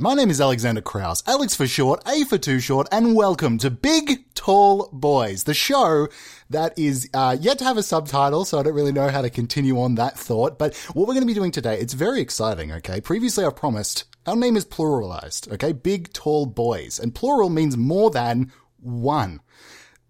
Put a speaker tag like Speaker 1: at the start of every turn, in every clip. Speaker 1: My name is Alexander Kraus, Alex for short, A for too short, and welcome to Big Tall Boys, the show that is uh, yet to have a subtitle, so I don't really know how to continue on that thought. But what we're going to be doing today, it's very exciting, okay? Previously, I promised our name is pluralized, okay? Big Tall Boys, and plural means more than one.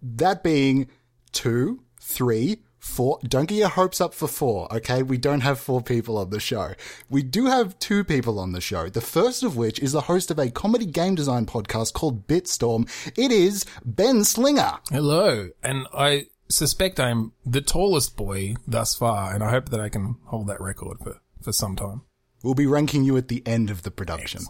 Speaker 1: That being two, three, four. Don't get your hopes up for four, okay? We don't have four people on the show. We do have two people on the show. The first of which is the host of a comedy game design podcast called Bitstorm. It is Ben Slinger.
Speaker 2: Hello, and I suspect I'm the tallest boy thus far, and I hope that I can hold that record for, for some time.
Speaker 1: We'll be ranking you at the end of the production.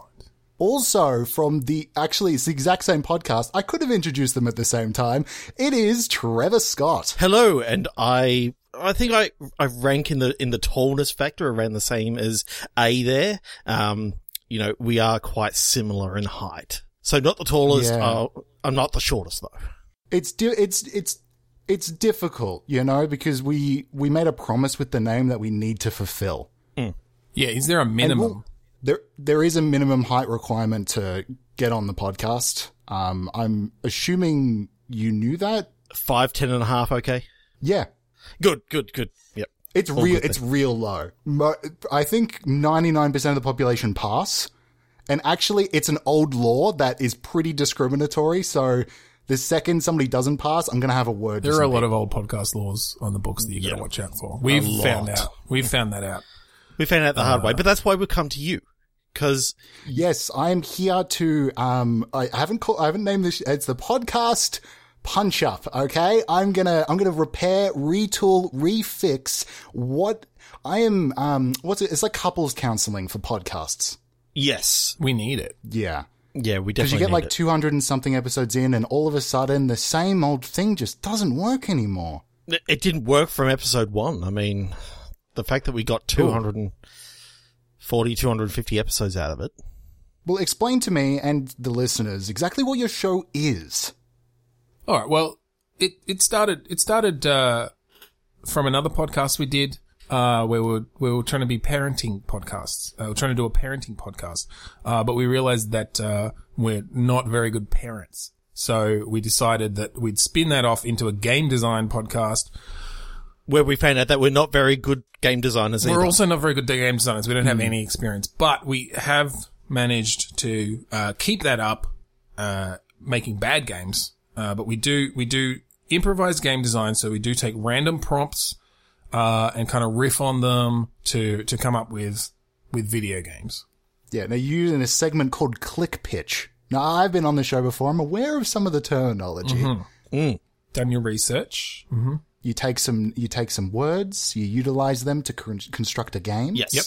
Speaker 1: Also, from the actually, it's the exact same podcast. I could have introduced them at the same time. It is Trevor Scott.
Speaker 3: Hello, and I I think I I rank in the in the tallness factor around the same as A there. Um, you know, we are quite similar in height. So not the tallest,
Speaker 1: Yeah.
Speaker 3: uh, I'm not the shortest though.
Speaker 1: it's di- it's it's it's difficult, you know, because we we made a promise with the name that we need to fulfill.
Speaker 2: Yeah, is there a
Speaker 1: And
Speaker 2: minimum?
Speaker 1: we'll- there there is a minimum height requirement to get on the podcast. Um, I'm assuming you knew that.
Speaker 3: Five, ten and a half, okay.
Speaker 1: Yeah,
Speaker 3: Good, good, good. Yep.
Speaker 1: it's
Speaker 3: All
Speaker 1: real.
Speaker 3: good
Speaker 1: It's real low. Mo- I think 99% of the population pass, and actually, it's an old law that is pretty discriminatory. So. The second somebody doesn't pass, I'm going to have a word.
Speaker 2: there
Speaker 1: with
Speaker 2: are a
Speaker 1: somebody.
Speaker 2: lot of old podcast laws on the books that you got to watch out for. We've found
Speaker 3: lot.
Speaker 2: out. We've found that out.
Speaker 3: We found out the hard way, but that's why we've come to you. Cause
Speaker 1: Yes, I am here to. Um, I haven't called. I haven't named this. It's the podcast punch up. Okay, I'm gonna. I'm gonna repair, retool, refix. What I am. Um, what's it? It's like couples counseling for podcasts.
Speaker 3: yes.
Speaker 2: We need it.
Speaker 1: Yeah,
Speaker 3: Yeah, we
Speaker 1: because
Speaker 3: definitely
Speaker 1: you get
Speaker 3: need
Speaker 1: like
Speaker 3: it.
Speaker 1: 200 and something episodes in, and all of a sudden the same old thing just doesn't work anymore.
Speaker 3: It- it didn't work from episode one. I mean, the fact that we got 240, 250 episodes out of it.
Speaker 1: Well, explain to me and the listeners exactly what your show is.
Speaker 2: All right. Well, it it started it started uh, from another podcast we did uh, where we were, we were trying to be parenting podcasts. Uh, we we're trying to do a parenting podcast, uh, but we realized that uh, we're not very good parents. So we decided that we'd spin that off into a game design podcast.
Speaker 3: where we found out that we're not very good game designers either.
Speaker 2: We're also not very good at game designers. We don't
Speaker 1: Hmm.
Speaker 2: have any experience, but we have managed to uh, keep that up, uh, making bad games. Uh, but we do we do improvised game design, so we do take random prompts uh, and kind of riff on them to to come up with with video games.
Speaker 1: Yeah, now you're using a segment called click pitch. Now I've been on the show before. I'm aware of some of the terminology.
Speaker 2: Mm-hmm. Done your research. Mm-hmm.
Speaker 1: you take some you take some words you utilize them to con- construct a game
Speaker 3: yes.
Speaker 2: Yep.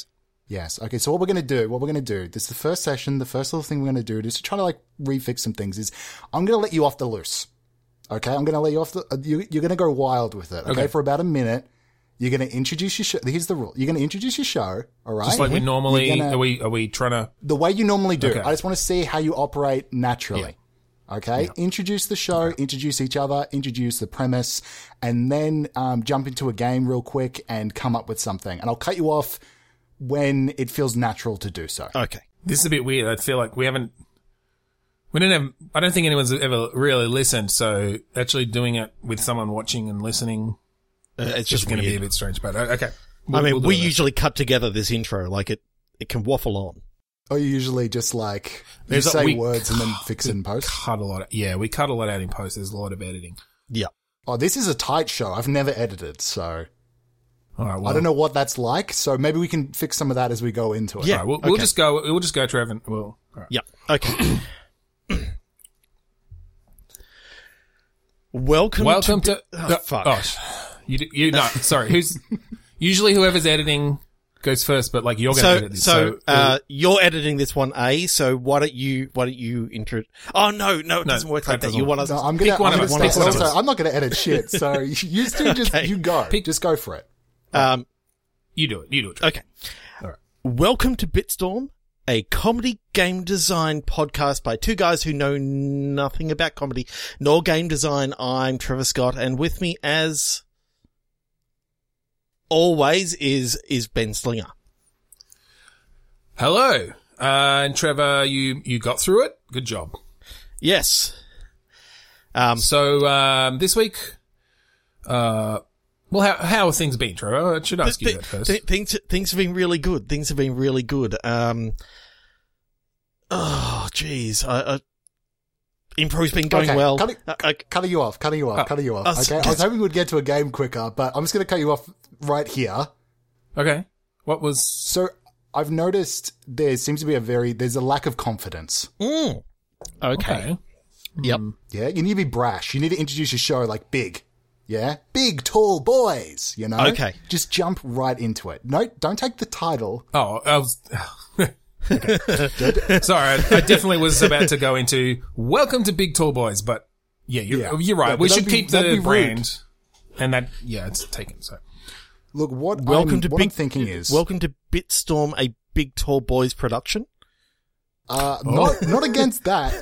Speaker 1: yes okay so what we're going to do what we're going to do this is the first session the first little thing we're going to do is to try to like refix some things is i'm going to let you off the loose okay i'm going to let you off the uh, you, you're going to go wild with it okay?
Speaker 2: Okay.
Speaker 1: for about a minute you're going to introduce your show here's the rule you're going to introduce your show all right
Speaker 2: Just like we normally
Speaker 1: You're gonna-
Speaker 2: are we are we trying to
Speaker 1: the way you normally do
Speaker 2: Okay.
Speaker 1: i just want to see how you operate naturally okay introduce the show introduce each other introduce the premise and then um, jump into a game real quick and come up with something and i'll cut you off when it feels natural to do
Speaker 2: Oh.
Speaker 1: so
Speaker 3: Okay.
Speaker 2: This is a bit weird. I feel like we haven't. We don't have. I don't think anyone's ever really listened. So actually doing it with someone watching and listening
Speaker 3: Uh, it's
Speaker 2: is
Speaker 3: just
Speaker 2: going to be a
Speaker 3: weird.
Speaker 2: bit strange. But uh, okay.
Speaker 3: I mean,
Speaker 2: We'll- we'll
Speaker 3: we
Speaker 2: do it.
Speaker 3: usually cut together this intro like it. It can waffle on.
Speaker 1: or you usually just like you
Speaker 2: There's a-
Speaker 1: say
Speaker 2: we-
Speaker 1: words and then fix it in post
Speaker 2: cut a lot. Of, yeah, we cut a lot out in post. There's a lot of editing.
Speaker 3: Yeah.
Speaker 1: oh this is a tight show i've never edited so
Speaker 2: All right. Well,
Speaker 1: i don't know what that's like so maybe we can fix some of that as we go into it
Speaker 3: Yeah.
Speaker 2: All right, we'll, we'll
Speaker 3: okay.
Speaker 2: just go. We'll just go, Trevor. And we'll. All right.
Speaker 3: Yeah. Okay. Welcome,
Speaker 2: Welcome
Speaker 3: to,
Speaker 2: to.
Speaker 3: oh,
Speaker 2: no,
Speaker 3: fuck.
Speaker 2: oh, sh- you. d- You no. Sorry. Who's usually whoever's editing goes first, but like you're going to
Speaker 3: so,
Speaker 2: edit this.
Speaker 3: so
Speaker 2: uh,
Speaker 3: uh, you're editing this one, A. So why don't you why don't you intro? Oh no, no, it
Speaker 2: No,
Speaker 3: doesn't work
Speaker 2: that
Speaker 3: like that.
Speaker 2: doesn't
Speaker 3: You
Speaker 2: work.
Speaker 3: want us?
Speaker 1: No, I'm gonna.
Speaker 2: Pick one
Speaker 1: I'm
Speaker 2: of
Speaker 1: gonna
Speaker 2: us, pick
Speaker 1: start-
Speaker 2: one of
Speaker 1: also,
Speaker 2: us.
Speaker 1: I'm not gonna edit shit. So you two just
Speaker 3: Okay.
Speaker 1: you go.
Speaker 2: Pick-
Speaker 1: just go for it.
Speaker 3: um,
Speaker 2: you do it. You do it. Trevor.
Speaker 3: Okay. Welcome to Bitstorm, a comedy game design podcast by two guys who know nothing about comedy nor game design. I'm Trevor Scott, and with me, as always, is is Ben Slinger.
Speaker 2: Hello. Uh, and Trevor, you, you got through it. Good job.
Speaker 3: Yes. Um,
Speaker 2: So, um, this week, uh, well, how, how have things been, Trevor? I should ask you
Speaker 3: Th-
Speaker 2: that first.
Speaker 3: th- things things have been really good. Things have been really good. Um, oh, jeez. I, I, impro's been going
Speaker 1: Okay,
Speaker 3: well. Uh,
Speaker 1: cutting-
Speaker 3: I- I-
Speaker 1: Cutting you off, cutting you off, cutting you off.
Speaker 3: oh, s-
Speaker 1: okay, I was hoping we'd get to a game quicker, but I'm just going to cut you off right here.
Speaker 2: okay. What was,
Speaker 1: So I've noticed there seems to be a very there's a lack of confidence.
Speaker 3: mm. okay.
Speaker 2: okay. Mm.
Speaker 3: Yep.
Speaker 1: Yeah, you need to be brash. You need to introduce your show like big. Yeah, big tall boys. You know.
Speaker 3: Okay.
Speaker 1: Just jump right into it. No, don't take the title.
Speaker 2: Oh, I was. Okay. Sorry, I, I definitely was about to go into "Welcome to Big Tall Boys," but yeah, you're,
Speaker 1: Yeah.
Speaker 2: you're right.
Speaker 1: Yeah,
Speaker 2: we
Speaker 1: that'd
Speaker 2: should
Speaker 1: be-
Speaker 2: keep
Speaker 1: that'd be
Speaker 2: the
Speaker 1: rude.
Speaker 2: brand, and that yeah, it's taken. So
Speaker 1: Look, what
Speaker 3: Welcome
Speaker 1: I'm,
Speaker 3: to
Speaker 1: what
Speaker 3: Big
Speaker 1: I'm thinking is
Speaker 3: Welcome to Bitstorm, a Big Tall Boys production.
Speaker 1: uh,
Speaker 3: Oh.
Speaker 1: not not against that.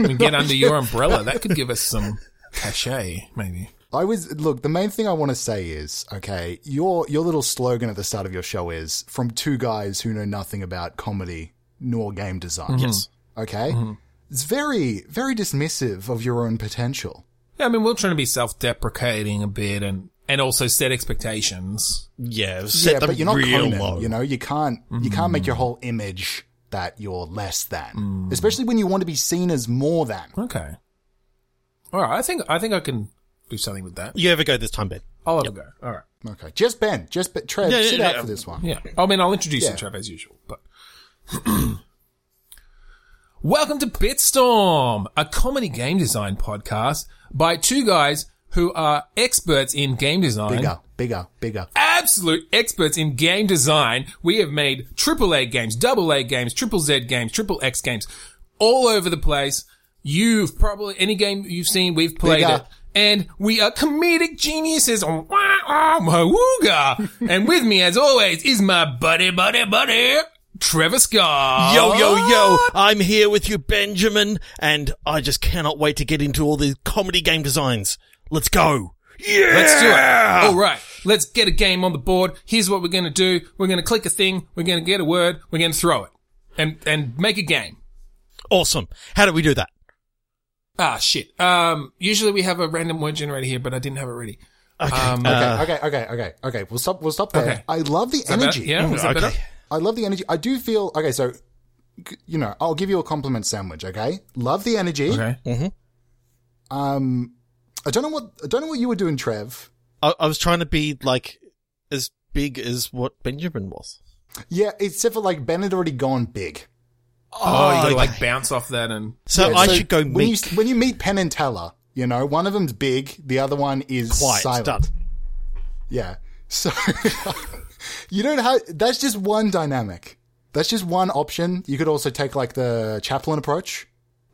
Speaker 2: we can get under your umbrella. That could give us some cachet, maybe.
Speaker 1: I was look. The main thing I want to say is okay. Your your little slogan at the start of your show is from two guys who know nothing about comedy nor game design.
Speaker 3: Mm-hmm.
Speaker 1: Yes. Okay. It's very very dismissive of your own potential.
Speaker 2: Yeah, I mean, we're trying to be self-deprecating a bit, and and also set expectations.
Speaker 3: Yeah, set
Speaker 1: yeah,
Speaker 3: them
Speaker 1: but you're not
Speaker 3: real
Speaker 1: Conan.
Speaker 3: low.
Speaker 1: You know, you can't you can't make your whole image that you're less than, especially when you want to be seen as more than.
Speaker 2: Okay. All right, I think I think I can do something with that.
Speaker 3: You have a go this time, Ben.
Speaker 2: I'll have a go. All right.
Speaker 1: Okay, just Ben, just Ben, Trev,
Speaker 3: Yeah, yeah,
Speaker 1: sit
Speaker 3: yeah.
Speaker 1: out for this one.
Speaker 2: Yeah. I mean, I'll introduce
Speaker 1: Yeah.
Speaker 2: you, Trev, as usual, but. Welcome to Bitstorm, a comedy game design podcast by two guys who are experts in game design.
Speaker 1: Bigger, bigger, bigger.
Speaker 2: Absolute experts in game design. We have made AAA games, double A games, triple Z games, triple X games, all over the place. You've probably, any game you've seen, we've played
Speaker 1: Bigger.
Speaker 2: it. And we are comedic geniuses. Wah, ah, mahooga. and with me, as always, is my buddy, buddy, buddy, Trevor Scott.
Speaker 3: Yo, yo, yo! I'm here with you, Benjamin, and I just cannot wait to get into all the comedy game designs. Let's go! Yeah!
Speaker 2: Let's do it. All right. Let's get a game on the board. Here's what we're going to do. We're going to click a thing. We're going to get a word. We're going to throw it and, and make a game.
Speaker 3: Awesome. How do we do that?
Speaker 2: Ah, shit. Um, usually we have a random word generator here, but I didn't have it ready.
Speaker 3: Okay.
Speaker 2: Um,
Speaker 3: Uh,
Speaker 1: okay, okay, okay, okay, okay. We'll stop. We'll stop there.
Speaker 2: Okay.
Speaker 1: I love the
Speaker 2: Is that
Speaker 1: energy.
Speaker 2: better? Yeah. Is that
Speaker 3: okay.
Speaker 2: better?
Speaker 1: I love the energy. I do feel okay. So, c- you know, I'll give you a compliment sandwich. Okay, love the energy.
Speaker 2: Okay.
Speaker 1: Um, I don't know what I don't know what you were doing, Trev.
Speaker 3: I, I was trying to be like as big as what Benjamin was.
Speaker 1: Yeah, except for like Ben had already gone big.
Speaker 2: Oh, you gotta
Speaker 3: okay.
Speaker 2: like bounce off that and.
Speaker 3: So
Speaker 1: Yeah,
Speaker 3: I
Speaker 1: so
Speaker 3: should go
Speaker 1: when
Speaker 3: meek.
Speaker 1: you when you meet Penn and Teller. You know, one of them's big, the other one is
Speaker 3: Quiet.
Speaker 1: silent.
Speaker 3: Done.
Speaker 1: Yeah, so you don't have. That's just one dynamic. That's just one option. You could also take like the chaplain approach.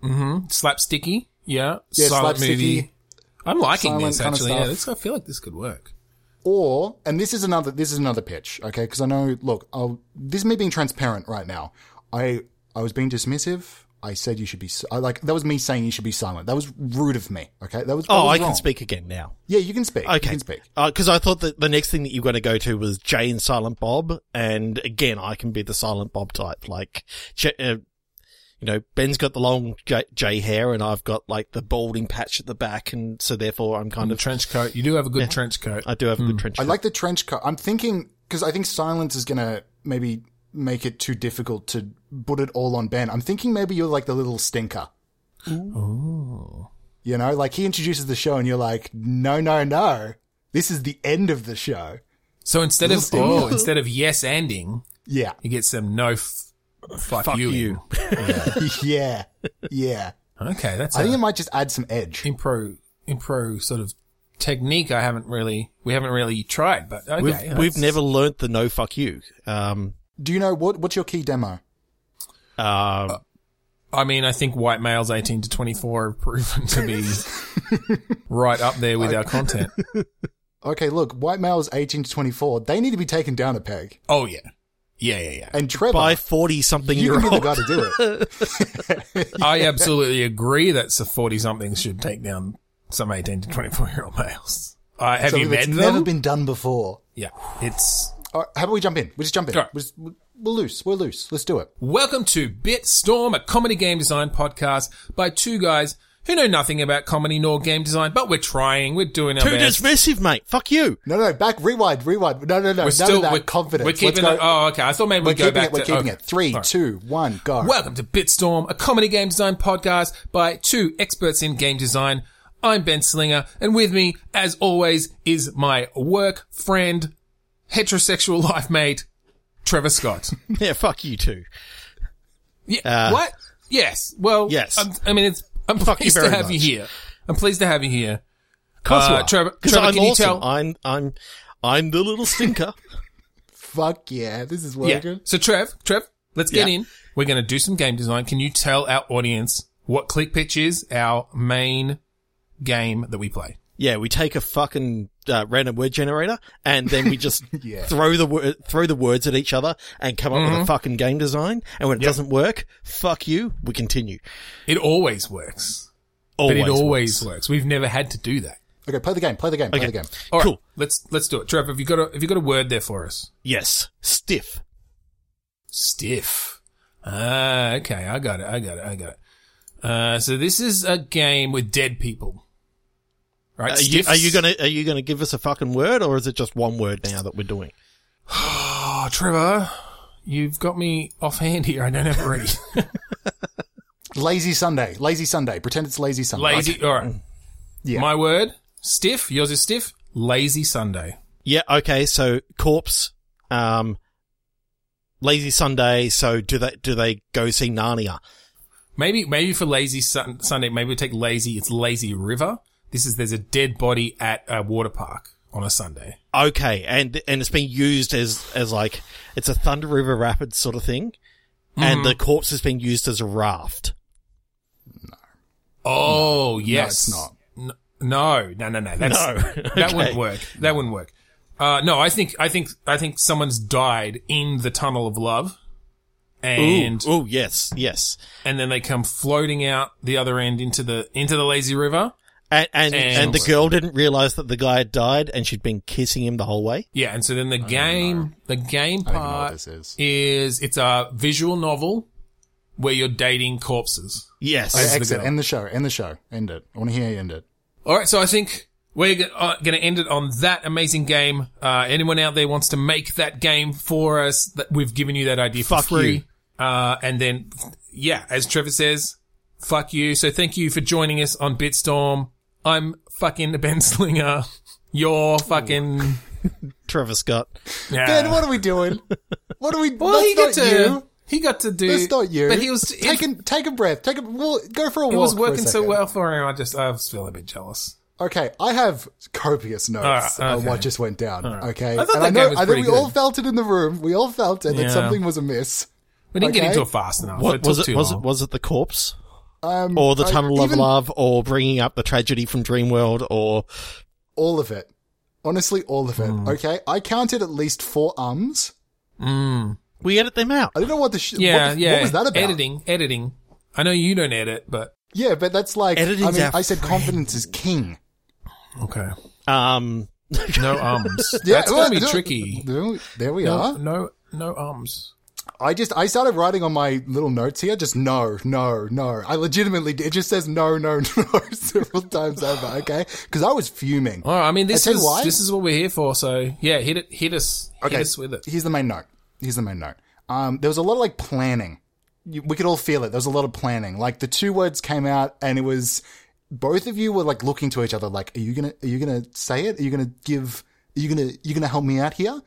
Speaker 2: slapsticky. mm-hmm. Yeah.
Speaker 1: Yeah,
Speaker 2: silent
Speaker 1: slapsticky.
Speaker 2: movie. I'm liking
Speaker 1: Silent
Speaker 2: this
Speaker 1: kinda
Speaker 2: actually. Yeah,
Speaker 1: stuff.
Speaker 2: this, I feel like this could work.
Speaker 1: or and this is another this is another pitch okay because i know look I'll, this is me being transparent right now i i was being dismissive i said you should be si- I, like that was me saying you should be silent that was rude of me okay that was that
Speaker 3: Oh,
Speaker 1: was
Speaker 3: I can
Speaker 1: wrong.
Speaker 3: speak again now.
Speaker 1: yeah you can speak you
Speaker 3: Okay.
Speaker 1: can speak
Speaker 3: Because I thought that the next thing that you were going to go to was Jay and Silent Bob, and again, I can be the Silent Bob type. Like, J- uh, you know, Ben's got the long J-, J hair, and I've got like the balding patch at the back, and so therefore I'm kind
Speaker 2: And the
Speaker 3: of.
Speaker 2: trench coat. You do have a good trench coat.
Speaker 3: I do have a good trench.
Speaker 1: i
Speaker 3: coat.
Speaker 1: like the trench coat i'm thinking because i think silence is gonna maybe make it too difficult to put it all on ben i'm thinking maybe you're like the little stinker
Speaker 2: Oh.
Speaker 1: you know like he introduces the show and you're like no no no this is the end of the show
Speaker 2: So instead of
Speaker 1: Little
Speaker 2: oh,
Speaker 1: stinky.
Speaker 2: instead of yes anding,
Speaker 1: yeah
Speaker 2: you get some no. F- fuck, you.
Speaker 3: you.
Speaker 1: yeah yeah
Speaker 2: Okay, that's
Speaker 1: I
Speaker 2: a
Speaker 1: think it might just add some edge.
Speaker 2: impro impro sort of technique. I haven't really we haven't really tried, but okay,
Speaker 3: We've,
Speaker 2: yeah,
Speaker 3: we've
Speaker 2: that's-
Speaker 3: never learnt the no fuck you. Um,
Speaker 1: Do you know what? What's your key demo?
Speaker 2: Uh,
Speaker 3: um,
Speaker 2: I mean, I think white males 18 to 24 have proven to be right up there with our content.
Speaker 1: Okay, look, white males eighteen to twenty-four. They need to be taken down a peg.
Speaker 2: Oh, yeah. Yeah, yeah,
Speaker 1: And Trevor,
Speaker 2: uh,
Speaker 3: by 40 something
Speaker 1: you
Speaker 3: year
Speaker 1: can be the guy
Speaker 3: old.
Speaker 1: to do it.
Speaker 2: yeah. I absolutely agree that some 40 somethings should take down some 18 to 24 year old males. Uh, have
Speaker 1: Something
Speaker 2: you met
Speaker 1: that's
Speaker 2: them?
Speaker 1: never been done before.
Speaker 2: yeah. It's.
Speaker 1: All right, how about we jump in? We just jump in.
Speaker 2: All right.
Speaker 1: We just- we- we're loose. We're loose. Let's do it.
Speaker 2: Welcome to Bitstorm, a comedy game design podcast by two guys who know nothing about comedy nor game design, but we're trying, we're doing our
Speaker 3: Too
Speaker 2: best.
Speaker 3: dismissive, mate. Fuck you.
Speaker 1: No, no, back, rewind, rewind. No, no, no.
Speaker 2: We're
Speaker 1: none of that. confidence.
Speaker 2: We're keeping
Speaker 1: Let's go.
Speaker 2: it. Oh, okay. I thought maybe
Speaker 1: we're
Speaker 2: we'd go
Speaker 1: keeping
Speaker 2: back
Speaker 1: it. We're
Speaker 2: to.
Speaker 1: keeping
Speaker 2: oh.
Speaker 1: it. Three,
Speaker 2: All right.
Speaker 1: two, one, go.
Speaker 2: Welcome to Bitstorm, a comedy game design podcast by two experts in game design. I'm Ben Slinger, and with me, as always, is my work friend, heterosexual life mate, Trevor Scott.
Speaker 3: Yeah, fuck you too.
Speaker 2: Yeah,
Speaker 3: Uh,
Speaker 2: what? Yes. Well,
Speaker 3: Yes.
Speaker 2: I'm, I mean, it's. I'm
Speaker 3: Fuck you
Speaker 2: pleased to
Speaker 3: very
Speaker 2: have you
Speaker 3: much.
Speaker 2: here. I'm pleased to have you here.
Speaker 3: Cause
Speaker 2: Uh, Trevor- Trevor,
Speaker 3: I'm
Speaker 2: can you
Speaker 3: awesome.
Speaker 2: tell-
Speaker 3: I'm I'm I'm the little stinker.
Speaker 1: Fuck yeah, this is
Speaker 2: Yeah.
Speaker 1: working.
Speaker 2: So Trev, Trev, let's get
Speaker 3: Yeah.
Speaker 2: in. We're going to do some game design. Can you tell our audience what ClickPitch is, our main game that we play?
Speaker 3: yeah, we take a fucking uh, random word generator and then we just
Speaker 1: Yeah.
Speaker 3: throw the wor- throw the words at each other and come up
Speaker 2: Mm-hmm.
Speaker 3: with a fucking game design. And when it doesn't work, fuck you. We continue.
Speaker 2: It always works,
Speaker 3: Always
Speaker 2: but it always
Speaker 3: works.
Speaker 2: works. We've never had to do that.
Speaker 1: Okay, play the game. Play the game. Play
Speaker 3: Okay.
Speaker 1: the game.
Speaker 2: All right,
Speaker 3: Cool.
Speaker 2: Let's let's do it. Trev, have you got a have you got a word there for us?
Speaker 3: Yes, stiff.
Speaker 2: Stiff. Ah, okay. I got it. I got it. I got it. Uh, so this is a game with dead people. Right?
Speaker 3: Are you,
Speaker 2: stiffs.
Speaker 3: are you gonna are you gonna give us a fucking word or is it just one word now that we're doing?
Speaker 2: Oh, Trevor, you've got me offhand here. I don't have it ready.
Speaker 1: Lazy Sunday. Lazy Sunday. Pretend it's Lazy Sunday.
Speaker 2: Lazy. All right.
Speaker 1: Yeah.
Speaker 2: My word, stiff. Yours is stiff. Lazy Sunday.
Speaker 3: Yeah. Okay. So corpse. Um. Lazy Sunday. So do they do they go see Narnia?
Speaker 2: Maybe, maybe for lazy sun- Sunday, maybe we take lazy. It's lazy river. This is there's a dead body at a water park on a Sunday.
Speaker 3: Okay, and and it's been used as as like it's a Thunder River Rapids sort of thing, and
Speaker 2: Mm-hmm.
Speaker 3: the corpse has been used as a raft.
Speaker 2: Oh yes,
Speaker 1: no, it's
Speaker 2: N- No, no, no, no. That's,
Speaker 3: No.
Speaker 2: that
Speaker 3: Okay.
Speaker 2: wouldn't work. That wouldn't work. Uh, no, I think, I think, I think someone's died in the tunnel of love, and
Speaker 3: oh yes, yes,
Speaker 2: and then they come floating out the other end into the into the lazy river.
Speaker 3: and and,
Speaker 2: And-
Speaker 3: and the girl didn't realize that the guy had died, and she'd been kissing him the whole way.
Speaker 2: Yeah, and so then the game, the game
Speaker 1: I don't even know what
Speaker 2: part
Speaker 1: this is.
Speaker 2: is it's a visual novel where you're dating corpses.
Speaker 3: Yes,
Speaker 1: Okay,
Speaker 2: This is the
Speaker 1: exit.
Speaker 2: girl.
Speaker 1: End the show. End the show. End it. I want to hear you end it.
Speaker 2: All right, so I think we're going to end it on that amazing game. Uh, anyone out there wants to make that game for us? That we've given you that idea
Speaker 3: Fuck
Speaker 2: for free. Uh, and then, yeah, as Trevor says, fuck you. So thank you for joining us on Bitstorm. I'm fucking Ben Slinger. You're fucking.
Speaker 3: Trevor Scott.
Speaker 2: Yeah.
Speaker 1: Ben, what are we doing? What are we?
Speaker 2: Ah. well,
Speaker 1: that's
Speaker 2: he got
Speaker 1: not
Speaker 2: to.
Speaker 1: you.
Speaker 2: He got to do.
Speaker 1: That's not you.
Speaker 2: But he was it-
Speaker 1: taking. take a breath. Take a. Well, go Oh, for a walk.
Speaker 2: It was
Speaker 1: for a
Speaker 2: working so
Speaker 1: second.
Speaker 2: well for him. I just, I was feeling a bit jealous.
Speaker 1: Okay, I have copious notes
Speaker 2: All right,
Speaker 1: on
Speaker 2: okay.
Speaker 1: what just went down. Okay,
Speaker 2: I thought
Speaker 1: and
Speaker 2: that
Speaker 1: I know.
Speaker 2: game was
Speaker 1: I think
Speaker 2: pretty
Speaker 1: we all
Speaker 2: good.
Speaker 1: felt it in the room. We all felt it
Speaker 2: Yeah.
Speaker 1: that something was amiss.
Speaker 2: We didn't get
Speaker 1: Okay.
Speaker 2: into it fast enough.
Speaker 3: What
Speaker 2: it
Speaker 3: was
Speaker 2: took
Speaker 3: it?
Speaker 2: Too
Speaker 3: Was it
Speaker 2: long.
Speaker 3: was it the corpse,
Speaker 1: Um,
Speaker 3: or the
Speaker 1: I-
Speaker 3: tunnel of
Speaker 1: even
Speaker 3: love, or bringing up the tragedy from Dreamworld, or
Speaker 1: All of it. Honestly, all of it.
Speaker 2: Hmm.
Speaker 1: Okay, I counted at least four ums.
Speaker 2: Mm.
Speaker 3: we edit them out?
Speaker 1: I don't know what the sh-
Speaker 2: Yeah,
Speaker 1: what, the-
Speaker 2: yeah.
Speaker 1: what was that about?
Speaker 2: Editing, editing. I know you don't edit, but
Speaker 1: Yeah, but that's like I
Speaker 3: Editing's
Speaker 1: mean,
Speaker 3: our
Speaker 1: I said confidence is king.
Speaker 2: okay.
Speaker 3: Um,
Speaker 2: No arms.
Speaker 1: Yeah,
Speaker 2: That's gonna
Speaker 1: well,
Speaker 2: be
Speaker 1: no-
Speaker 2: tricky.
Speaker 1: no, There we
Speaker 2: No,
Speaker 1: are.
Speaker 2: no, no arms.
Speaker 1: I just I started writing on my little notes here. Just no, no, no. I legitimately it just says no, no, no several times over. Okay, because I was fuming.
Speaker 2: All right. I mean, this
Speaker 1: I tell
Speaker 2: is
Speaker 1: you why.
Speaker 2: this is what we're here for. So yeah, hit it, hit us, hit us with it.
Speaker 1: Here's the main note. Here's the main note. Um, there was a lot of like planning. You, we could all feel it. There was a lot of planning. Like the two words came out, and it was both of you were like looking to each other, like, "Are you gonna? Are you gonna say it? Are you gonna give? Are you gonna? You gonna help me out here?"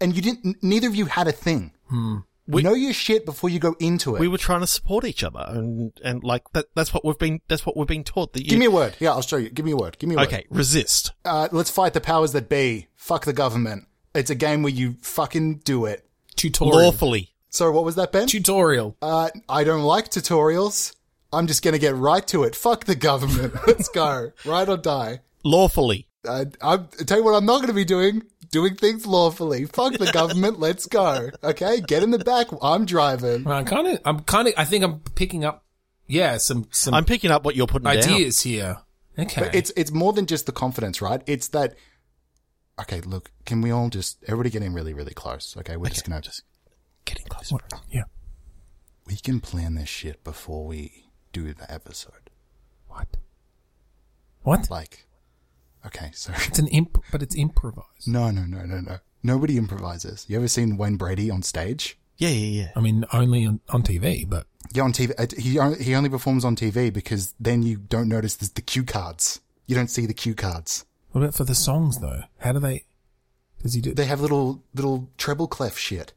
Speaker 1: And you didn't. n- Neither of you had a thing.
Speaker 3: Hmm. We-
Speaker 1: know your shit before you go into it.
Speaker 3: we were trying to support each other, and and like that. That's what we've been. That's what we've been taught. That you
Speaker 1: Give me a word. Yeah, I'll show you. Give me a word. Give me a word.
Speaker 3: okay. Resist.
Speaker 1: Uh, let's fight the powers that be. Fuck the government. It's a game where you fucking do it.
Speaker 2: Tutorial.
Speaker 3: Lawfully.
Speaker 1: So what was that, Ben?
Speaker 2: Tutorial.
Speaker 1: Uh, I don't like tutorials. I'm just gonna get right to it. Fuck the government. Let's go. Ride or die.
Speaker 3: Lawfully.
Speaker 1: Uh, I'm, I tell you what I'm not gonna be doing. Doing things lawfully. Fuck the government. Let's go. Okay, get in the back. I'm driving.
Speaker 2: I'm kind of. I'm kind of. I think I'm picking up. Yeah, some some
Speaker 3: I'm picking up what you're putting down.
Speaker 2: ideas here. Okay.
Speaker 1: But it's it's more than just the confidence, right? It's that. Okay, look. Can we all just everybody get in really really close? Okay, we're just gonna just
Speaker 3: Getting closer.
Speaker 2: Yeah.
Speaker 1: We can plan this shit before we do the episode.
Speaker 2: What? What?
Speaker 1: Like, okay, so
Speaker 2: It's an imp, but it's improvised.
Speaker 1: no, no, no, no, no. Nobody improvises. You ever seen Wayne Brady on stage?
Speaker 3: Yeah, yeah, yeah.
Speaker 2: I mean, only on, on TV, but
Speaker 1: Yeah, on TV. uh, He on- he only performs on TV because then you don't notice the, the cue cards. You don't see the cue cards.
Speaker 2: what about for the songs though? How do they? Does he do?
Speaker 1: They have little little treble clef shit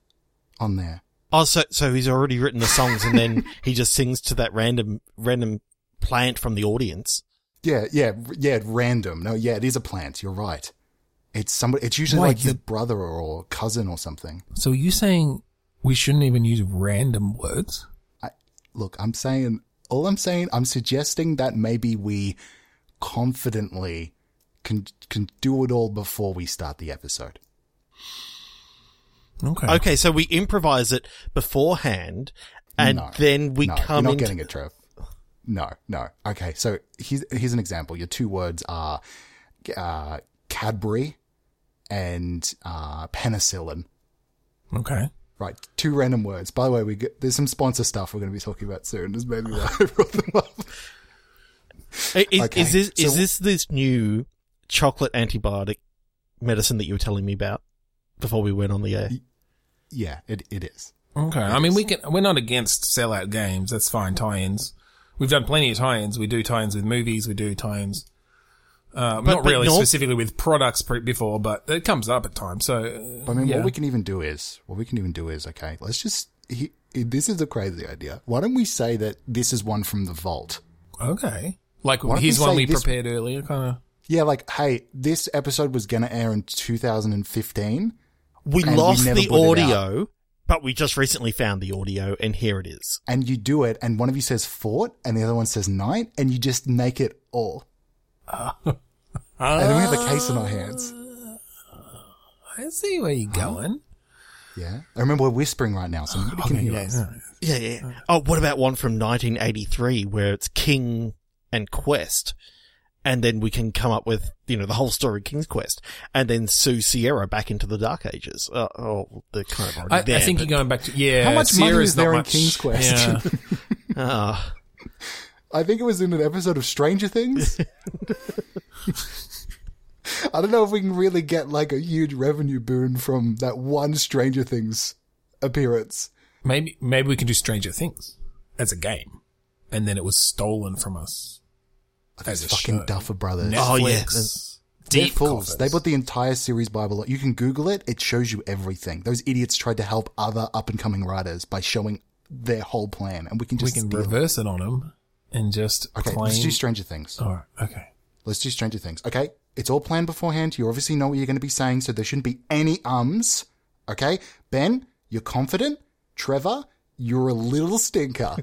Speaker 1: on there.
Speaker 3: Oh, so so he's already written the songs, and then he just sings to that random random plant from the audience.
Speaker 1: Yeah, yeah, r- yeah. Random. No, yeah, it is a plant. You're right. It's somebody. It's usually
Speaker 2: Wait,
Speaker 1: like your
Speaker 2: the-
Speaker 1: brother or cousin or something.
Speaker 2: so are you saying we shouldn't even use random words?
Speaker 1: I, look, I'm saying all I'm saying. I'm suggesting that maybe we confidently can can do it all before we start the episode.
Speaker 2: Okay.
Speaker 3: Okay, so we improvise it beforehand, and
Speaker 1: No,
Speaker 3: then we
Speaker 1: no,
Speaker 3: come
Speaker 1: You're
Speaker 3: in.
Speaker 1: not getting it, Trev. No, no. Okay, so here's here's an example. Your two words are uh, Cadbury and uh, penicillin.
Speaker 2: Okay.
Speaker 1: Right, two random words. By the way, we get, there's some sponsor stuff we're going to be talking about soon. This made me laugh. I brought them up.
Speaker 3: I- Is,
Speaker 1: Okay,
Speaker 3: is this is
Speaker 1: so-
Speaker 3: this this new chocolate antibiotic medicine that you were telling me about before we went on the air?
Speaker 1: Yeah, it it is.
Speaker 2: Okay. I mean, we can. We're not against sellout games. That's fine. Tie-ins. We've done plenty of tie-ins. We do tie-ins with movies. We do tie-ins. Uh, not
Speaker 3: but
Speaker 2: really
Speaker 3: no-
Speaker 2: specifically with products pre- before, but it comes up at times. So, uh,
Speaker 1: But I mean,
Speaker 2: Yeah.
Speaker 1: what we can even do is what we can even do is okay. Let's just. He, this is a crazy idea. Why don't we say that this is one from the vault?
Speaker 2: uh, okay. Like,
Speaker 1: Why don't
Speaker 2: here's
Speaker 1: we
Speaker 2: one
Speaker 1: say
Speaker 2: we
Speaker 1: this-
Speaker 2: prepared earlier, kind of.
Speaker 1: Yeah, like hey, this episode was going to air in 2015.
Speaker 3: We
Speaker 1: And we
Speaker 3: lost
Speaker 1: never
Speaker 3: the
Speaker 1: put it out.
Speaker 3: audio, but we just recently found the audio, and here it is.
Speaker 1: and you do it, and one of you says fort, and the other one says night, and you just make it all. and then we have a case in our hands.
Speaker 2: Ah, I see where you're going.
Speaker 1: Yeah. I remember we're whispering right now, so
Speaker 2: Oh,
Speaker 1: nobody can hear us.
Speaker 3: Yeah, yeah. Oh, what about one from 1983 where it's King and Quest? And then we can come up with, you know, the whole story of King's Quest. And then Sue Sierra back into the Dark Ages. Oh, oh they're kind of already
Speaker 2: I,
Speaker 3: there.
Speaker 2: I think
Speaker 3: but-
Speaker 2: you're going back to yeah.
Speaker 1: How much money
Speaker 2: Sierra's
Speaker 1: is there
Speaker 2: not
Speaker 1: in
Speaker 2: much-
Speaker 1: King's Quest?
Speaker 2: Yeah.
Speaker 3: Ah.
Speaker 1: I think it was in an episode of Stranger Things. I don't know if we can really get like a huge revenue boon from that one Stranger Things appearance.
Speaker 2: maybe maybe we can do Stranger Things as a game, and then it was stolen from us. As a
Speaker 1: Fucking
Speaker 2: show.
Speaker 1: Duffer Brothers.
Speaker 3: Oh, yeah.
Speaker 2: Netflix.
Speaker 1: They're
Speaker 2: Deep
Speaker 1: fools.
Speaker 2: coffers.
Speaker 1: They put the entire series Bible. You can Google it. It shows you everything. Those idiots tried to help other up and coming writers by showing their whole plan, and we can
Speaker 2: we
Speaker 1: just
Speaker 2: can
Speaker 1: steal it.
Speaker 2: reverse it on them and just
Speaker 1: Okay,
Speaker 2: claim.
Speaker 1: let's do Stranger Things.
Speaker 2: All right. Okay.
Speaker 1: Let's do Stranger Things. Okay, it's all planned beforehand. You obviously know what you're going to be saying, so there shouldn't be any ums. Okay, Ben, you're confident. Trevor, you're a little stinker.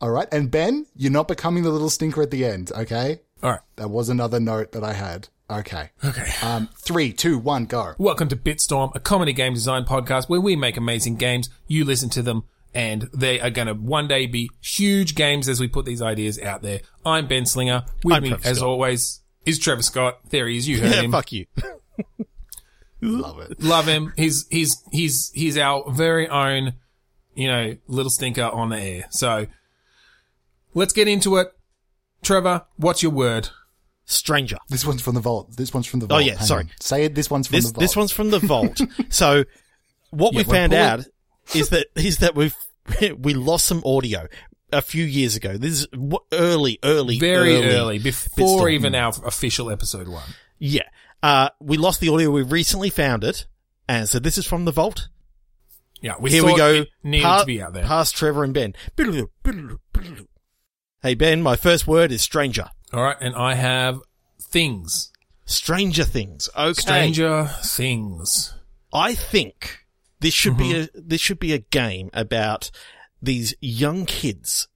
Speaker 1: all right, and Ben, you're not becoming the little stinker at the end. Okay,
Speaker 2: All right.
Speaker 1: that was another note that I had. Okay,
Speaker 2: Okay.
Speaker 1: um, three, two, one, go.
Speaker 2: Welcome to Bitstorm, a comedy game design podcast where we make amazing games. You listen to them, and they are going to one day be huge games as we put these ideas out there. I'm Ben Slinger. With
Speaker 3: I'm
Speaker 2: me,
Speaker 3: Trevor
Speaker 2: as
Speaker 3: Scott.
Speaker 2: always, is Trevor Scott. There he is. You heard
Speaker 3: Yeah,
Speaker 2: him.
Speaker 3: fuck you.
Speaker 1: Love it.
Speaker 2: Love him. He's he's he's he's our very own, you know, little stinker on the air. So let's get into it. Trevor, what's your word?
Speaker 3: Stranger.
Speaker 1: This one's from the vault. This one's from the
Speaker 3: Oh,
Speaker 1: vault.
Speaker 3: yeah,
Speaker 1: Hang
Speaker 3: sorry.
Speaker 1: on. Say it. This one's from
Speaker 3: This,
Speaker 1: the vault.
Speaker 3: this one's from the vault. so what we
Speaker 2: Yeah, we're
Speaker 3: found
Speaker 2: pulling-
Speaker 3: out is that, is that we've, we lost some audio a few years ago. This is w- early, early,
Speaker 2: Very early,
Speaker 3: early
Speaker 2: before
Speaker 3: Bitstorm.
Speaker 2: even our official episode one.
Speaker 3: Yeah. Uh, we lost the audio. We recently found it. And so this is from the vault.
Speaker 2: Yeah, we
Speaker 3: Here
Speaker 2: thought
Speaker 3: we go.
Speaker 2: It needed
Speaker 3: Pa-
Speaker 2: to be out there.
Speaker 3: Past Trevor and Ben. Biddle-doo, biddle-doo, biddle-doo. Hey, Ben, my first word is stranger.
Speaker 2: All right, and I have things.
Speaker 3: Stranger things. Okay.
Speaker 2: Stranger things.
Speaker 3: I think this should be
Speaker 2: Mm-hmm.
Speaker 3: a, this should be a game about these young kids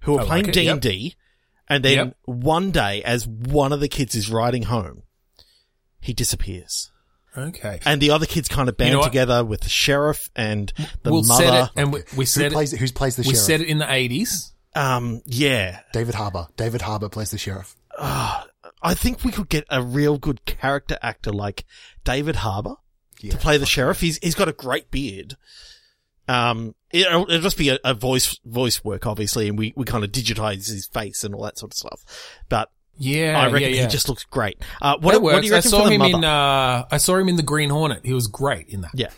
Speaker 3: who are
Speaker 2: I
Speaker 3: playing
Speaker 2: like it, yep.
Speaker 3: D&D and then
Speaker 2: Yep.
Speaker 3: one day as one of the kids is riding home, he disappears.
Speaker 2: Okay.
Speaker 3: And the other kids kind of band
Speaker 2: know what?
Speaker 3: together with the sheriff and the
Speaker 2: we'll
Speaker 3: mother.
Speaker 2: set it, and we,
Speaker 1: Who
Speaker 2: we said it,
Speaker 1: plays? Who plays the
Speaker 2: we
Speaker 1: sheriff?
Speaker 2: said it in the eighties.
Speaker 3: Um, yeah. Ah,
Speaker 1: David Harbour. David Harbour plays the sheriff.
Speaker 3: I think we could get a real good character actor like David Harbour
Speaker 1: Yeah.
Speaker 3: to play the sheriff. He's he's got a great beard. Um, it'll, it'll just be a, a voice voice work, obviously, and we, we kind of digitize his face and all that sort of stuff. But
Speaker 2: Yeah,
Speaker 3: I reckon
Speaker 2: yeah, yeah.
Speaker 3: he just looks great. Uh,
Speaker 2: That
Speaker 3: what, what do
Speaker 2: works.
Speaker 3: you
Speaker 2: I
Speaker 3: reckon
Speaker 2: saw
Speaker 3: for the
Speaker 2: him
Speaker 3: mother?
Speaker 2: in. Uh, I saw him in the Green Hornet. He was great in that.
Speaker 3: yeah.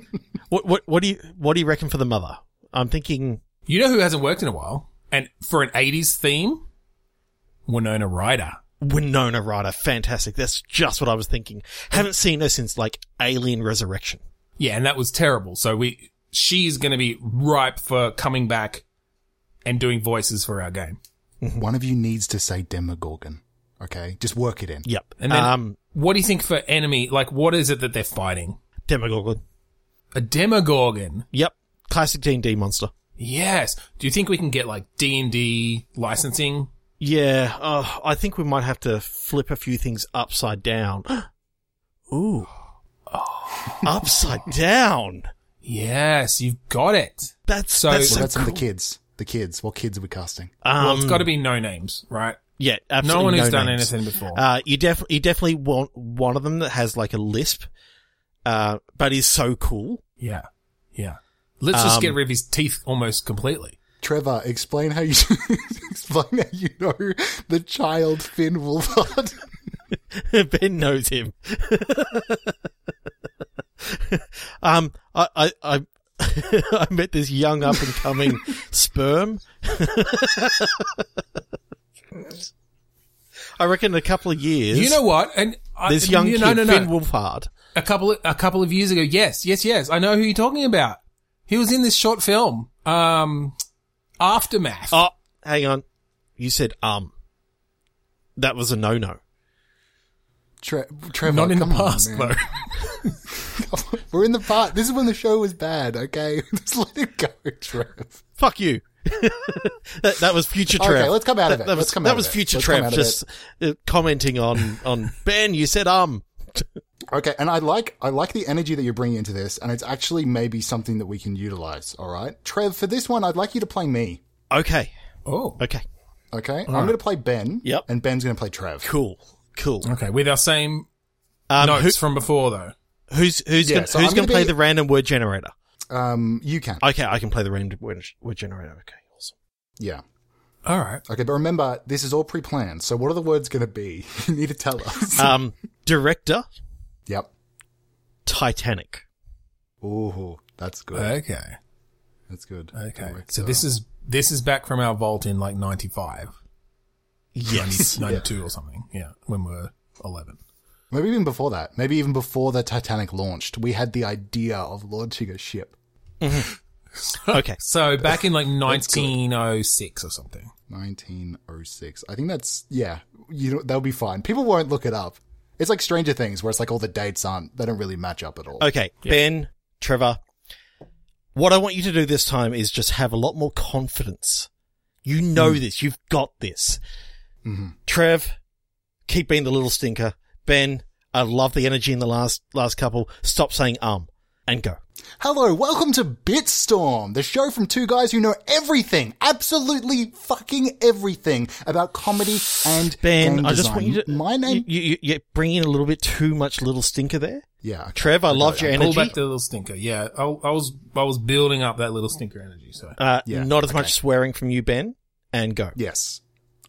Speaker 3: what what what do you what do you reckon for the mother? I'm thinking.
Speaker 2: You know who hasn't worked in a while, and for an '80s theme, Winona Ryder.
Speaker 3: Winona Ryder, fantastic. That's just what I was thinking. Haven't seen her since like Alien Resurrection.
Speaker 2: Yeah, and that was terrible. So we, she's going to be ripe for coming back and doing voices for our game. Mm-hmm.
Speaker 1: One of you needs to say Demogorgon. Okay, just work it in.
Speaker 3: Yep.
Speaker 2: And then,
Speaker 3: um,
Speaker 2: what do you think for enemy? Like, what is it that they're fighting?
Speaker 3: Demogorgon.
Speaker 2: A Demogorgon.
Speaker 3: Yep. Classic D&D monster.
Speaker 2: Yes. Do you think we can get like D and D licensing?
Speaker 3: Yeah. Uh, I think we might have to flip a few things upside down. Ooh. upside down.
Speaker 2: Yes, you've got it.
Speaker 3: That's
Speaker 2: So-
Speaker 3: so.
Speaker 1: What
Speaker 3: That's so
Speaker 1: about some
Speaker 3: cool.
Speaker 1: of the kids? The kids. What kids are we casting?
Speaker 3: Um,
Speaker 2: well, it's got to be no names, right?
Speaker 3: Yeah, absolutely.
Speaker 2: No one who's done
Speaker 3: names.
Speaker 2: anything before.
Speaker 3: Uh, you definitely, you definitely want one of them that has like a lisp, uh, but is so cool.
Speaker 2: Yeah, yeah. Let's just
Speaker 3: Um,
Speaker 2: get rid of his teeth almost completely.
Speaker 1: Trevor, explain how you explain how you know the child Finn Wolfhard.
Speaker 3: ben knows him. um, I, I, I, I met this young up and coming sperm. I reckon in a couple of years,
Speaker 2: You know what? And I,
Speaker 3: this young
Speaker 2: you
Speaker 3: kid,
Speaker 2: know, no, no.
Speaker 3: Finn Wolfhard.
Speaker 2: a couple of, a couple of years ago. Yes, yes, yes. I know who you're talking about. He was in this short film, um, Aftermath.
Speaker 3: Oh, hang on. You said, um, that was a no-no.
Speaker 1: Tre- Trevor,
Speaker 2: Not in the
Speaker 1: come on,
Speaker 2: past
Speaker 1: man.
Speaker 2: though.
Speaker 1: We're in the past. This is when the show was bad. Okay, just let it go, Trev.
Speaker 3: Fuck you. that, that was future
Speaker 1: Okay,
Speaker 3: Trev.
Speaker 1: let's come out of
Speaker 3: That-
Speaker 1: it.
Speaker 3: That was,
Speaker 1: Let's come
Speaker 3: that
Speaker 1: out of
Speaker 3: was
Speaker 1: it.
Speaker 3: future
Speaker 1: Let's come
Speaker 3: Trev
Speaker 1: out of
Speaker 3: just uh, commenting on on Ben. You said um.
Speaker 1: Okay, and I like I like the energy that you're bringing into this, and it's actually maybe something that we can utilize. All right, Trev, for this one, I'd like you to play me.
Speaker 3: Okay.
Speaker 2: oh,
Speaker 3: Okay.
Speaker 1: Okay, I'm going to play Ben.
Speaker 3: Yep.
Speaker 1: and Ben's going to play Trev.
Speaker 3: Cool. Cool.
Speaker 2: okay. With our same
Speaker 3: Um,
Speaker 2: notes
Speaker 3: who,
Speaker 2: from before though.
Speaker 3: who's who's
Speaker 1: Yeah,
Speaker 3: gonna,
Speaker 1: so
Speaker 3: who's
Speaker 1: I'm
Speaker 3: going to
Speaker 1: gonna
Speaker 3: play
Speaker 1: be-
Speaker 3: the random word generator?
Speaker 1: Um, you can.
Speaker 3: Okay, I can play the random word, word generator. Okay, awesome.
Speaker 1: yeah.
Speaker 2: All right.
Speaker 1: Okay, but remember, this is all pre-planned. So, what are the words going to be? You need to tell us.
Speaker 3: Um, director
Speaker 1: yep.
Speaker 3: Titanic.
Speaker 1: Ooh, that's good.
Speaker 2: Okay.
Speaker 1: that's good.
Speaker 2: Okay.
Speaker 1: Good work,
Speaker 2: So
Speaker 1: Sarah.
Speaker 2: this is this is back from our vault in like 95,
Speaker 3: Yes.
Speaker 2: 92 or something. Yeah, when we were 11.
Speaker 1: maybe even before that. Maybe even before the Titanic launched, we had the idea of launching a ship.
Speaker 3: okay.
Speaker 2: So back in like 1906 or something.
Speaker 1: 1906. I think that's yeah. You know that'll be fine. People won't look it up. It's like Stranger Things, where it's like all the dates aren't they don't really match up at all.
Speaker 3: Okay, Ben, Trevor, what I want you to do this time is just have a lot more confidence. You know
Speaker 1: Mm.
Speaker 3: this. You've got this.
Speaker 1: Mm-hmm.
Speaker 3: Trev, keep being the little stinker. Ben, I love the energy in the last last couple. Stop saying um and go.
Speaker 1: Hello, welcome to Bitstorm, the show from two guys who know everything, absolutely fucking everything about comedy and
Speaker 3: Ben,
Speaker 1: game
Speaker 3: I just
Speaker 1: design.
Speaker 3: want you to
Speaker 1: My name.
Speaker 3: You, you, you bring in a little bit too much little stinker there.
Speaker 1: yeah, okay.
Speaker 3: Trev, I loved your
Speaker 2: Pull
Speaker 3: energy.
Speaker 2: back the little stinker. Yeah, I, I was I was building up that little stinker energy. So
Speaker 3: uh,
Speaker 1: Yeah,
Speaker 3: not as
Speaker 1: okay.
Speaker 3: much swearing from you, Ben, and go.
Speaker 1: Yes.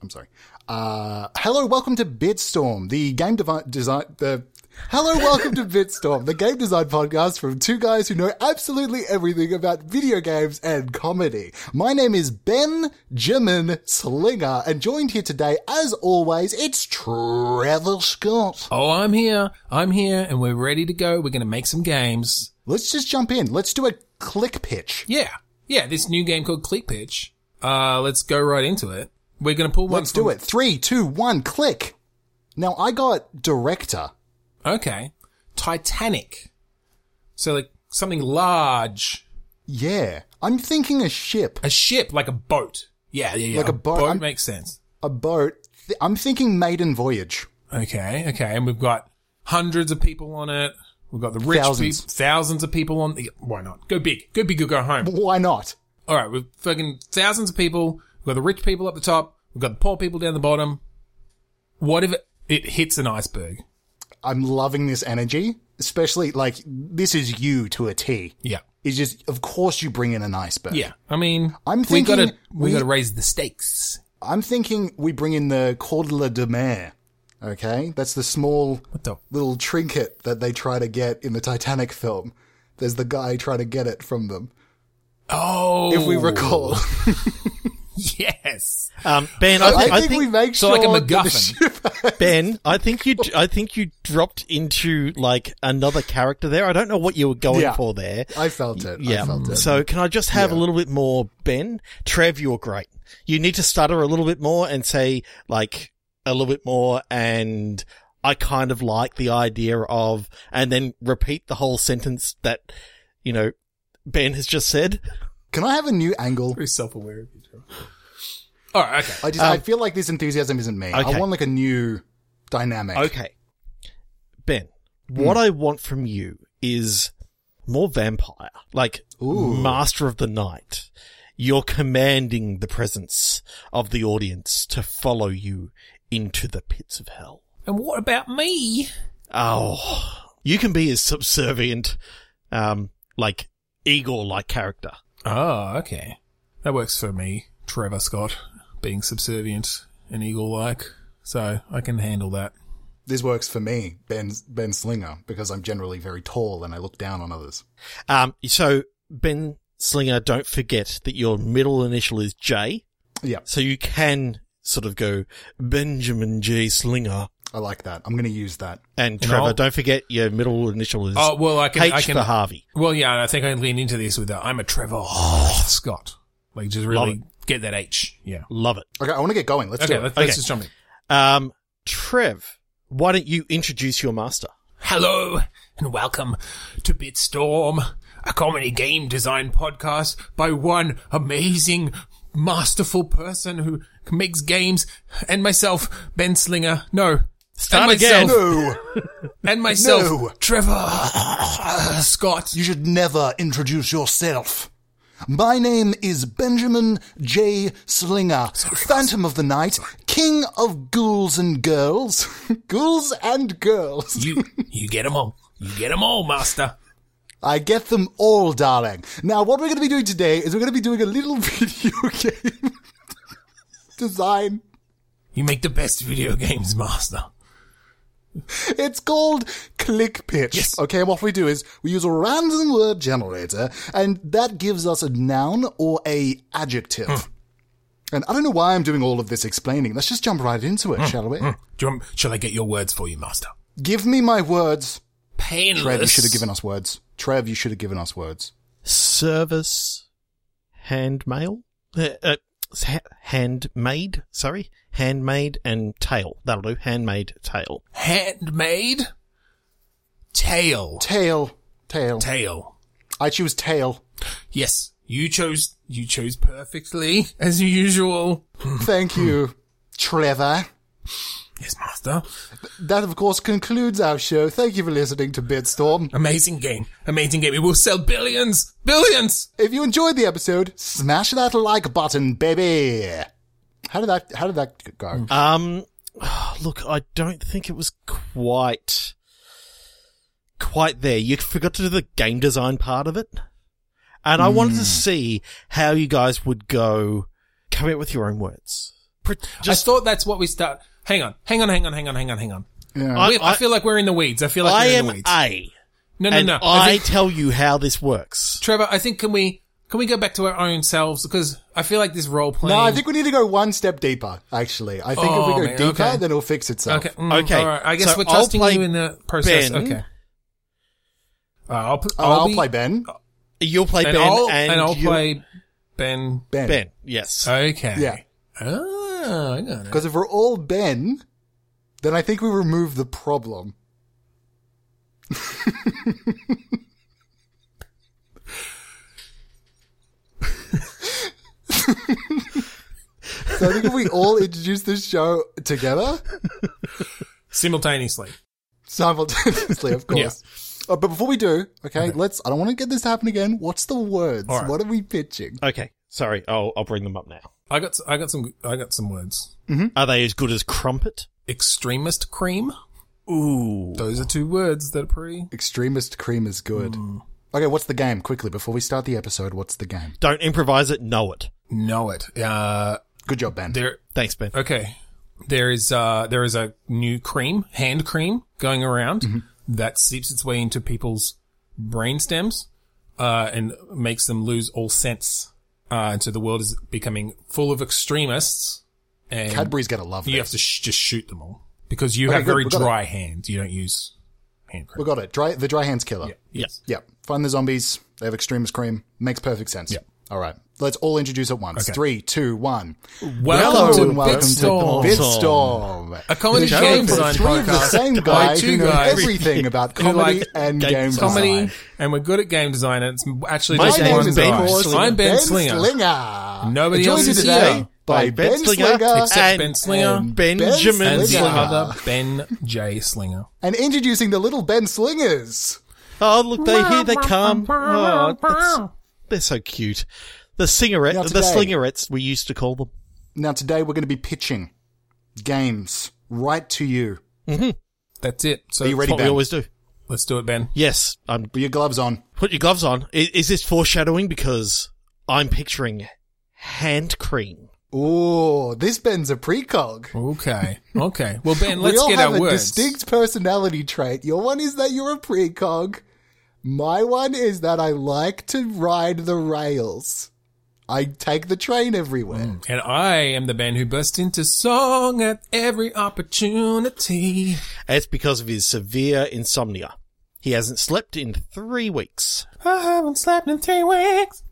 Speaker 1: I'm sorry. Uh, hello, welcome to Bitstorm, the game devi- design. The hello, welcome to Bitstorm, the game design podcast from two guys who know absolutely everything about video games and comedy. My name is Ben Jimin Slinger, and joined here today, as always, it's Trevor Scott.
Speaker 2: Oh, I'm here. I'm here, and we're ready to go. We're going to make some games.
Speaker 1: Let's just jump in. Let's do a click pitch.
Speaker 2: Yeah. Yeah, this new game called Click Pitch. Uh, let's go right into it. We're going to pull one
Speaker 1: Let's do
Speaker 2: from-
Speaker 1: it. Three, two, one, click. Now I got director.
Speaker 2: Okay. Titanic. So, like, something large.
Speaker 1: Yeah, I'm thinking a ship.
Speaker 2: A ship, like a boat. Yeah, yeah, yeah.
Speaker 1: Like a boat.
Speaker 2: boat
Speaker 1: I'm-
Speaker 2: makes sense.
Speaker 1: a boat. Th- I'm thinking maiden voyage.
Speaker 2: Okay, okay. And we've got hundreds of people on it. We've got the rich
Speaker 1: Thousands.
Speaker 2: people, thousands of people on the, why not? Go big. Go big or go home.
Speaker 1: Why not?
Speaker 2: All right, we've fucking thousands of people. We've got the rich people up the top. We've got the poor people down the bottom. What if it, it hits an iceberg?
Speaker 1: I'm loving this energy, especially like this is you to a T.
Speaker 2: Yeah.
Speaker 1: is just, of course, you bring in an iceberg.
Speaker 2: Yeah, I mean,
Speaker 1: I'm
Speaker 2: we
Speaker 1: thinking
Speaker 2: gotta we,
Speaker 1: we-
Speaker 2: gotta raise the stakes.
Speaker 1: I'm thinking we bring in the Cordula de Mer. Okay, that's the small
Speaker 2: What the?
Speaker 1: little trinket that they try to get in the Titanic film. There's the guy trying to get it from them,
Speaker 2: Oh,
Speaker 1: if we recall.
Speaker 2: yes,
Speaker 3: Um, ben,
Speaker 1: I,
Speaker 3: I,
Speaker 1: think,
Speaker 3: I think
Speaker 1: we make
Speaker 2: so
Speaker 1: sure
Speaker 2: like a
Speaker 1: that the
Speaker 2: MacGuffin.
Speaker 1: ship-
Speaker 3: Ben, I think you, I think you dropped into like another character there. I don't know what you were going
Speaker 1: Yeah.
Speaker 3: for there.
Speaker 1: I felt it. I felt it.
Speaker 3: So can I just have a little bit more, Ben? Trev, you're great. You need to stutter a little bit more and say like a little bit more and I kind of like the idea of and then repeat the whole sentence that, you know, Ben has just said.
Speaker 1: Can I have a new angle?
Speaker 2: very self aware of you. Joe. All right, okay.
Speaker 1: I just I feel like this enthusiasm isn't me. I
Speaker 3: Um, okay.
Speaker 1: want like a new dynamic.
Speaker 3: Okay. Ben, what I want from you is more vampire, like
Speaker 1: Ooh.
Speaker 3: master of the night. You're commanding the presence of the audience to follow you into the pits of hell.
Speaker 2: And what about me?
Speaker 3: Oh, you can be as subservient, um, like Igor-like character.
Speaker 2: Oh, okay. That works for me, Trevor Scott, being subservient and eagle-like, so I can handle that.
Speaker 1: This works for me, Ben Ben Slinger, because I'm generally very tall and I look down on others.
Speaker 3: Um, so Ben Slinger, don't forget that your middle initial is J.
Speaker 1: Yeah,
Speaker 3: So you can sort of go Benjamin J. Slinger.
Speaker 1: I like that. I'm going to use that.
Speaker 3: And
Speaker 2: You
Speaker 3: Trevor,
Speaker 2: know-
Speaker 3: don't forget your middle initial is
Speaker 2: Oh well, I can.
Speaker 3: H
Speaker 2: I can.
Speaker 3: for Harvey.
Speaker 2: well, yeah, I think I lean into this with the, I'm a Trevor
Speaker 3: Oh.
Speaker 2: Scott. Like, just really get that H. Yeah.
Speaker 3: Love it.
Speaker 1: Okay, I want to get going. Let's
Speaker 2: okay,
Speaker 1: do it.
Speaker 2: let's,
Speaker 3: Okay.
Speaker 2: let's just jump in.
Speaker 3: Um, Trev, why don't you introduce your master?
Speaker 2: Hello and welcome to Bitstorm, a comedy game design podcast by one amazing, masterful person who makes games, and myself, Ben Slinger. No,
Speaker 3: Start
Speaker 2: and myself,
Speaker 3: again.
Speaker 1: No,
Speaker 2: and myself,
Speaker 1: No.
Speaker 2: Trevor uh, Scott.
Speaker 1: you should never introduce yourself. My name is Benjamin J. Slinger, Phantom of the Night, King of Ghouls and Girls. ghouls and Girls.
Speaker 2: You, you get 'em all. You get 'em all, master.
Speaker 1: I get them all, darling. Now, what we're going to be doing today is we're going to be doing a little video game design.
Speaker 2: You make the best video games, master.
Speaker 1: It's called Click Pitch.
Speaker 2: Yes.
Speaker 1: Okay, and what we do is we use a random word generator, and that gives us a noun or a adjective. And I don't know why I'm doing all of this explaining. Let's just jump right into it, shall we?
Speaker 2: Do you want, shall I get your words for you, master?
Speaker 1: Give me my words.
Speaker 2: Painless.
Speaker 1: Trev, you should have given us words. Trev, you should have given us words.
Speaker 3: Service handmail? Uh, uh, s- ha- handmaid, sorry. Handmaid and tail. That'll do. Handmaid tail.
Speaker 2: handmade tail.
Speaker 1: Tail. Tail.
Speaker 2: Tail.
Speaker 1: I choose tail.
Speaker 2: Yes, you chose. You chose perfectly as usual.
Speaker 1: Thank you, Trevor.
Speaker 2: Yes, master.
Speaker 1: That, of course, concludes our show. Thank you for listening to Bitstorm.
Speaker 2: Amazing game. Amazing game. It will sell billions. Billions.
Speaker 1: If you enjoyed the episode, smash that like button, baby. How did that? How did that
Speaker 2: Hmm.
Speaker 1: go?
Speaker 3: Um, look, I don't think it was quite, quite there. You forgot to do the game design part of it. And I wanted
Speaker 2: Hmm.
Speaker 3: to see how you guys would go come up with your own words. Pre-
Speaker 2: I thought that's what we start. Hang on. Hang on. Hang on. Hang on. Hang on. Hang on.
Speaker 1: Yeah.
Speaker 3: I-
Speaker 2: We- I,
Speaker 3: I-
Speaker 2: feel like we're in the weeds. I feel like
Speaker 3: I
Speaker 2: we're
Speaker 3: am
Speaker 2: in the weeds.
Speaker 3: A.
Speaker 2: no, no,
Speaker 3: and
Speaker 2: no.
Speaker 3: I,
Speaker 2: think,
Speaker 3: tell you how this works.
Speaker 2: Trevor, I think can we can we go back to our own selves because I feel like this role playing.
Speaker 1: No, I think we need to go one step deeper. Actually, I think if
Speaker 2: Oh,
Speaker 1: we go
Speaker 2: man,
Speaker 1: deeper,
Speaker 2: okay.
Speaker 1: then it'll fix itself.
Speaker 2: Okay. mm,
Speaker 3: Okay,
Speaker 2: All right. I guess
Speaker 3: so
Speaker 2: we're
Speaker 3: I'll
Speaker 2: trusting
Speaker 3: play
Speaker 2: you in the process.
Speaker 3: Ben.
Speaker 2: Okay. Uh, I'll, pl-
Speaker 1: Oh, I'll,
Speaker 2: be- Uh,
Speaker 1: play Ben.
Speaker 3: You'll play
Speaker 2: and
Speaker 3: Ben
Speaker 2: I'll,
Speaker 3: and,
Speaker 2: I'll
Speaker 3: you-
Speaker 2: play Ben. Uh,
Speaker 1: Ben.
Speaker 3: Ben. Yes.
Speaker 2: Okay.
Speaker 1: Yeah.
Speaker 2: Oh, I got it.
Speaker 1: Because if we're all Ben, then I think we remove the problem. so I think if we all introduce this show together
Speaker 2: Simultaneously.
Speaker 1: simultaneously, of course. Oh, but before we do, okay, let's. I don't want to get this to happen again. What's the words?
Speaker 2: All right.
Speaker 1: What are we pitching?
Speaker 3: Okay. Sorry. I'll, I'll bring them up now.
Speaker 2: I got s- I got some I got some words.
Speaker 3: Are they as good as crumpet?
Speaker 2: Extremist cream.
Speaker 3: Ooh.
Speaker 2: Those are two words that are pretty.
Speaker 1: Extremist cream is good. Okay, what's the game? Quickly, before we start the episode, what's the game?
Speaker 3: Don't improvise it, know it.
Speaker 2: Know it. Uh,
Speaker 1: Good job, Ben.
Speaker 2: there,
Speaker 3: Thanks, Ben.
Speaker 2: Okay. There is uh there is a new cream, hand cream, going around that seeps its way into people's brain stems, uh, and makes them lose all sense. Uh, and so the world is becoming full of extremists, and
Speaker 1: Cadbury's gonna love
Speaker 2: Mm. you
Speaker 1: this.
Speaker 2: have to sh- just shoot them all because you
Speaker 1: Okay,
Speaker 2: have
Speaker 1: good,
Speaker 2: very
Speaker 1: we got it.
Speaker 2: dry hands. You don't use hand
Speaker 1: We
Speaker 2: cream.
Speaker 1: got it. Dry, the dry hands killer. Yep.
Speaker 2: Yes.
Speaker 1: Find the zombies. They have extremist cream. Makes perfect sense.
Speaker 2: Yep.
Speaker 1: All right. Let's all introduce at once.
Speaker 2: Okay.
Speaker 1: Three, two, one.
Speaker 2: Welcome
Speaker 1: Hello
Speaker 2: to
Speaker 1: and welcome
Speaker 2: Bitstorm.
Speaker 1: to Bitstorm.
Speaker 2: A comedy
Speaker 1: The show
Speaker 2: game
Speaker 1: for
Speaker 2: design
Speaker 1: three of the
Speaker 2: podcast
Speaker 1: same
Speaker 2: by
Speaker 1: guys
Speaker 2: two
Speaker 1: who know
Speaker 2: guys
Speaker 1: everything about
Speaker 2: who like
Speaker 1: comedy and
Speaker 3: game
Speaker 1: game
Speaker 2: Comedy,
Speaker 1: design.
Speaker 2: and we're good at game design. And it's actually
Speaker 3: My
Speaker 2: just
Speaker 3: name
Speaker 2: one
Speaker 3: is
Speaker 2: guy.
Speaker 3: Ben Slinger.
Speaker 2: I'm Ben, Slinger. Nobody
Speaker 1: Joined
Speaker 2: else is
Speaker 1: today
Speaker 2: here.
Speaker 1: eh? by Ben Slinger,
Speaker 3: except
Speaker 2: and-
Speaker 3: Ben
Speaker 2: Slinger.
Speaker 1: and
Speaker 3: Benjamin
Speaker 2: and the
Speaker 3: Slinger.
Speaker 2: other Ben J. Slinger.
Speaker 1: And introducing the little Ben Slingers.
Speaker 3: Oh, look, they here they come. Oh, that's- they're so cute. The
Speaker 1: Now
Speaker 3: singerette, the
Speaker 1: today-
Speaker 3: slingerettes, we used to call them.
Speaker 1: Now today we're going to be pitching games right to you.
Speaker 2: That's it. So
Speaker 1: Are you ready,
Speaker 3: What we
Speaker 1: Ben?
Speaker 3: always do.
Speaker 2: let's do it, Ben.
Speaker 3: Yes, I'm.
Speaker 1: Put your gloves on.
Speaker 3: Put your gloves on. Is, is this foreshadowing? Because I'm picturing hand cream.
Speaker 1: Ooh, this Ben's a precog.
Speaker 2: Okay. Okay. Well, Ben, let's
Speaker 1: we all
Speaker 2: get
Speaker 1: have
Speaker 2: our
Speaker 1: a
Speaker 2: words.
Speaker 1: distinct personality trait. Your one is that you're a precog. My one is that I like to ride the rails. I take the train everywhere.
Speaker 2: and I am the Ben who bursts into song at every opportunity.
Speaker 3: And it's because of his severe insomnia. He hasn't slept in three weeks.
Speaker 2: I haven't slept in three weeks.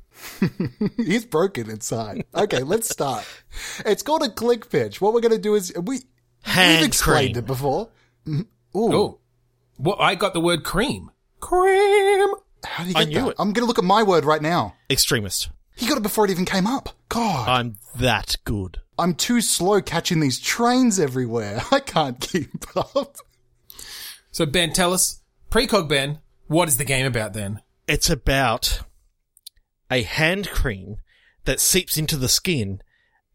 Speaker 1: He's broken inside. Okay, let's start. It's called a click pitch. What we're going to do is we we've
Speaker 3: Hand
Speaker 1: explained
Speaker 3: cream.
Speaker 1: it before. Mhm. Ooh,
Speaker 2: Oh, well, I got the word cream. Cream.
Speaker 1: how do you
Speaker 3: I
Speaker 1: get
Speaker 3: knew
Speaker 1: that?
Speaker 3: it.
Speaker 1: I'm going to look at my word right now.
Speaker 3: Extremist.
Speaker 1: He got it before it even came up. God.
Speaker 3: I'm that good.
Speaker 1: I'm too slow catching these trains everywhere. I can't keep up.
Speaker 2: So Ben, tell us, precog Ben, what is the game about then?
Speaker 3: It's about a hand cream that seeps into the skin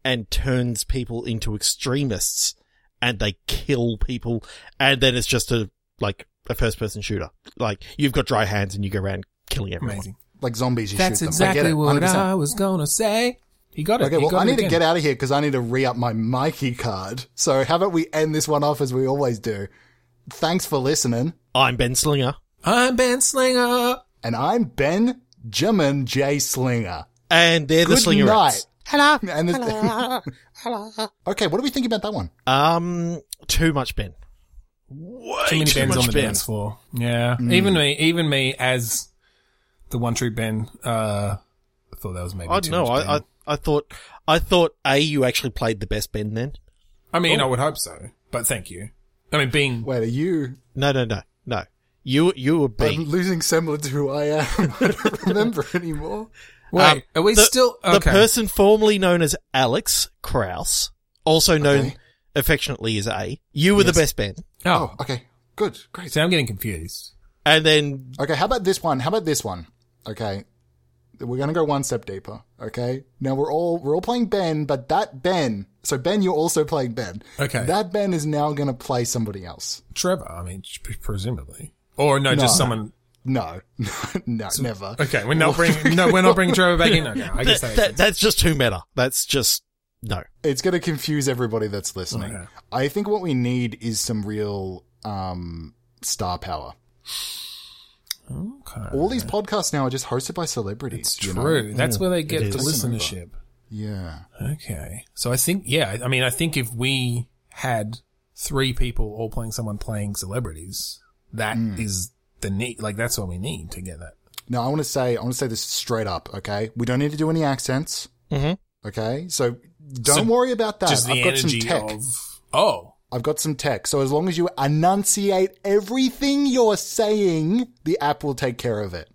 Speaker 3: and turns people into extremists and they kill people and then it's just a like a first person shooter. Like you've got dry hands and you go around killing everyone.
Speaker 2: Amazing.
Speaker 1: Like zombies, you
Speaker 2: That's
Speaker 1: shoot them.
Speaker 2: exactly
Speaker 1: I get it.
Speaker 2: what uh,
Speaker 1: 100%.
Speaker 2: I was gonna say. He got it.
Speaker 1: Okay,
Speaker 2: He
Speaker 1: well,
Speaker 2: got
Speaker 1: I
Speaker 2: it
Speaker 1: need to
Speaker 2: again.
Speaker 1: get out of here because I need to re up my Mikey card. So, how about we end this one off as we always do? Thanks for listening.
Speaker 3: I'm Ben Slinger.
Speaker 2: I'm Ben Slinger.
Speaker 1: And I'm Ben Jimin J. Slinger.
Speaker 3: And they're the
Speaker 1: Good
Speaker 3: Slingerettes.
Speaker 1: night.
Speaker 3: Hello.
Speaker 1: And this- Okay, what do we think about that one?
Speaker 3: Um, too much Ben. Way
Speaker 2: too many Bens
Speaker 3: much
Speaker 2: on the dance floor. Yeah,
Speaker 1: Hmm.
Speaker 2: even me, even me as the one true Ben, uh, I thought that was maybe.
Speaker 3: I
Speaker 2: too
Speaker 3: don't know.
Speaker 2: much ben.
Speaker 3: I, I I thought I thought a you actually played the best Ben then.
Speaker 2: I oh. mean, I would hope so, but thank you. I mean, being
Speaker 1: Wait, are you
Speaker 3: No, no, no, no. You you were
Speaker 1: I'm
Speaker 3: being
Speaker 1: losing semblance to who I am? I don't remember anymore.
Speaker 2: wait,
Speaker 3: Um,
Speaker 2: are we
Speaker 3: the,
Speaker 2: still okay?
Speaker 3: the person formerly known as Alex Kraus, also known
Speaker 1: Okay.
Speaker 3: affectionately as A. You were the best Ben,
Speaker 2: oh,
Speaker 1: Oh, okay. Good. Great.
Speaker 2: see, I'm getting confused.
Speaker 3: and then
Speaker 1: Okay, how about this one? How about this one? Okay. We're gonna go one step deeper. Okay. Now we're all we're all playing Ben, but that Ben so Ben you're also playing Ben.
Speaker 2: Okay.
Speaker 1: That Ben is now gonna play somebody else.
Speaker 2: Trevor, I mean, p- presumably, or no, just someone.
Speaker 1: No. no, never.
Speaker 2: Okay, we're not bringing. no, we're not bringing Trevor back in. Okay, I guess that.
Speaker 3: that, that- that's just too meta. That's just no.
Speaker 1: It's gonna confuse everybody that's listening.
Speaker 2: Okay.
Speaker 1: I think what we need is some real um star power.
Speaker 2: okay,
Speaker 1: All these podcasts now are just hosted by celebrities.
Speaker 2: it's
Speaker 1: you
Speaker 2: true.
Speaker 1: know?
Speaker 2: That's where they get
Speaker 3: is.
Speaker 2: the
Speaker 1: Listen over.
Speaker 2: listenership.
Speaker 1: Yeah.
Speaker 2: Okay. So I think, yeah, I mean, I think if we had three people all playing someone playing celebrities, that is
Speaker 1: Hmm.
Speaker 2: the need. Like, that's what we need to get that.
Speaker 1: No, I want to say I want to say this straight up. Okay, we don't need to do any accents.
Speaker 3: Mhm.
Speaker 1: Okay, so don't
Speaker 2: So
Speaker 1: worry about that.
Speaker 2: Just the
Speaker 1: I've got some
Speaker 2: energy
Speaker 1: tech.
Speaker 2: of, oh,
Speaker 1: I've got some tech. So as long as you enunciate everything you're saying, the app will take care of it.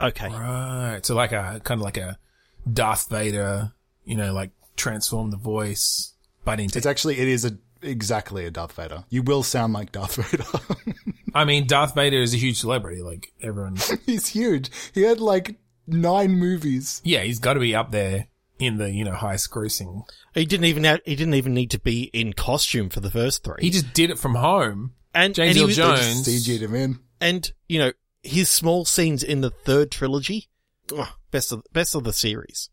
Speaker 3: Okay,
Speaker 2: right. So like a, kind of like a Darth Vader, you know, like transform the voice, but into,
Speaker 1: It's actually it is a exactly a Darth Vader. You will sound like Darth Vader.
Speaker 2: I mean, Darth Vader is a huge celebrity. Like everyone,
Speaker 1: He's huge. He had like nine movies.
Speaker 2: yeah, he's got to be up there in the, you know, highest grossing.
Speaker 3: he didn't even have, he didn't even need to be in costume for the first three.
Speaker 2: He just did it from home.
Speaker 3: and
Speaker 2: James
Speaker 3: and he
Speaker 2: Earl
Speaker 3: was-
Speaker 2: Jones.
Speaker 1: Just CG'd him in.
Speaker 3: and you know his small scenes in the third trilogy, ugh, best of best of the series.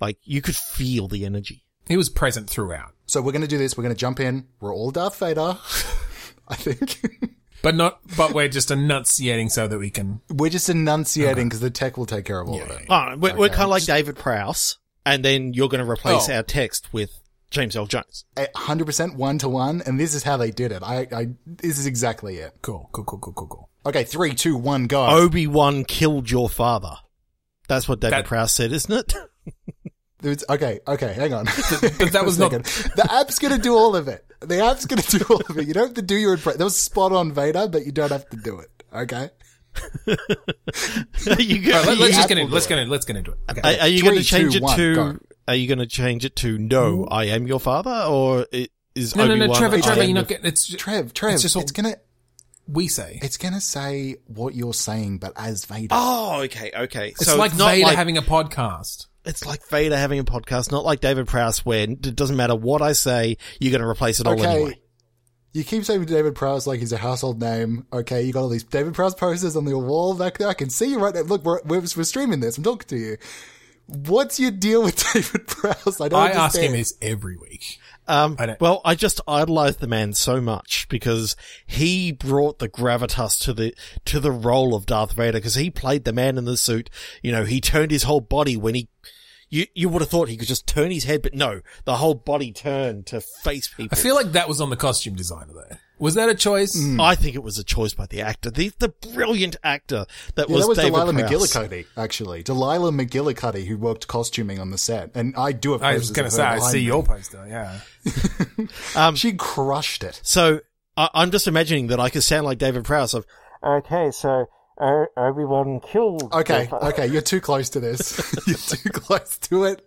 Speaker 3: Like you could feel the energy.
Speaker 2: He was present throughout,
Speaker 1: So we're going to do this. We're going to jump in. We're all Darth Vader. I think
Speaker 2: but not. But we're just enunciating so that we can.
Speaker 1: we're just enunciating because the tech will take care of all of it.
Speaker 3: Oh, we're, we're kind of like David Prowse, and then you're going to replace
Speaker 2: Oh.
Speaker 3: our text with James L. Jones.
Speaker 1: A hundred percent one to one, and this is how they did it. I, I, this is exactly it.
Speaker 2: Cool, cool, cool, cool, cool, cool.
Speaker 1: Okay, three, two, one, go.
Speaker 3: Obi Wan killed your father. That's what David
Speaker 2: That-
Speaker 3: Prowse said, isn't it?
Speaker 1: It's- okay, okay, hang on.
Speaker 2: But that was not.
Speaker 1: the app's gonna do all of it. The app's gonna do all of it. You don't have to do your impression. That was spot on Vader, but you don't have to do it. Okay.
Speaker 3: you go,
Speaker 2: All right, uh, let, let's just
Speaker 1: Apple
Speaker 2: get in. Let's get in. Let's get into it. Okay.
Speaker 3: are, are you
Speaker 1: Three,
Speaker 3: going to change
Speaker 1: two,
Speaker 3: it
Speaker 1: one,
Speaker 3: to?
Speaker 1: go.
Speaker 3: Are you going to change it to? No, I am your father, or i- is
Speaker 2: no, no,
Speaker 3: Obi
Speaker 2: no,
Speaker 3: Wan?
Speaker 2: Trevor,
Speaker 3: I
Speaker 2: Trevor,
Speaker 3: am
Speaker 2: you're
Speaker 3: your
Speaker 2: not getting. It's ju-
Speaker 1: Trev, Trev,
Speaker 2: It's
Speaker 1: it's,
Speaker 2: just all-
Speaker 1: gonna
Speaker 2: we say.
Speaker 1: it's gonna say what you're saying, but as Vader.
Speaker 3: Oh, okay, okay.
Speaker 2: It's
Speaker 3: so
Speaker 2: like
Speaker 3: it's not
Speaker 2: Vader
Speaker 3: like,
Speaker 2: having a podcast.
Speaker 3: it's like Vader having a podcast, not like David Prowse, where it doesn't matter what I say, you're going to replace
Speaker 2: Oh,
Speaker 3: it all
Speaker 1: okay.
Speaker 3: anyway.
Speaker 1: You keep saying David Prowse like he's a household name. Okay, you got all these David Prowse posters on your wall back there. I can see you right now. Look, we're, we're, we're streaming this. I'm talking to you. What's your deal with David Prowse? I don't
Speaker 2: I
Speaker 1: understand.
Speaker 2: ask him this every week.
Speaker 3: Um,
Speaker 2: I don't-
Speaker 3: well, I just idolized the man so much because he brought the gravitas to the to the role of Darth Vader because he played the man in the suit. You know, he turned his whole body when he. You you would have thought he could just turn his head, but no, the whole body turned to face
Speaker 2: I
Speaker 3: people.
Speaker 2: feel like that was on the costume designer though. Was that a choice?
Speaker 3: I think it was a choice by the actor, the the brilliant actor that
Speaker 1: Yeah,
Speaker 3: was
Speaker 1: that was
Speaker 3: David
Speaker 1: Delilah
Speaker 3: Prowse.
Speaker 1: McGillicuddy, actually. Delilah McGillicuddy, who worked costuming on the set. And I do have
Speaker 2: I was
Speaker 1: posters
Speaker 2: going to
Speaker 1: of
Speaker 2: say,
Speaker 1: her
Speaker 2: I
Speaker 1: behind
Speaker 2: see
Speaker 1: me.
Speaker 2: your Um, poster. Yeah.
Speaker 1: She crushed it.
Speaker 3: So I, I'm just imagining that I could sound like David Prowse of. Okay, so uh, everyone killed.
Speaker 1: Okay, okay, you're too close to this. you're too close to it.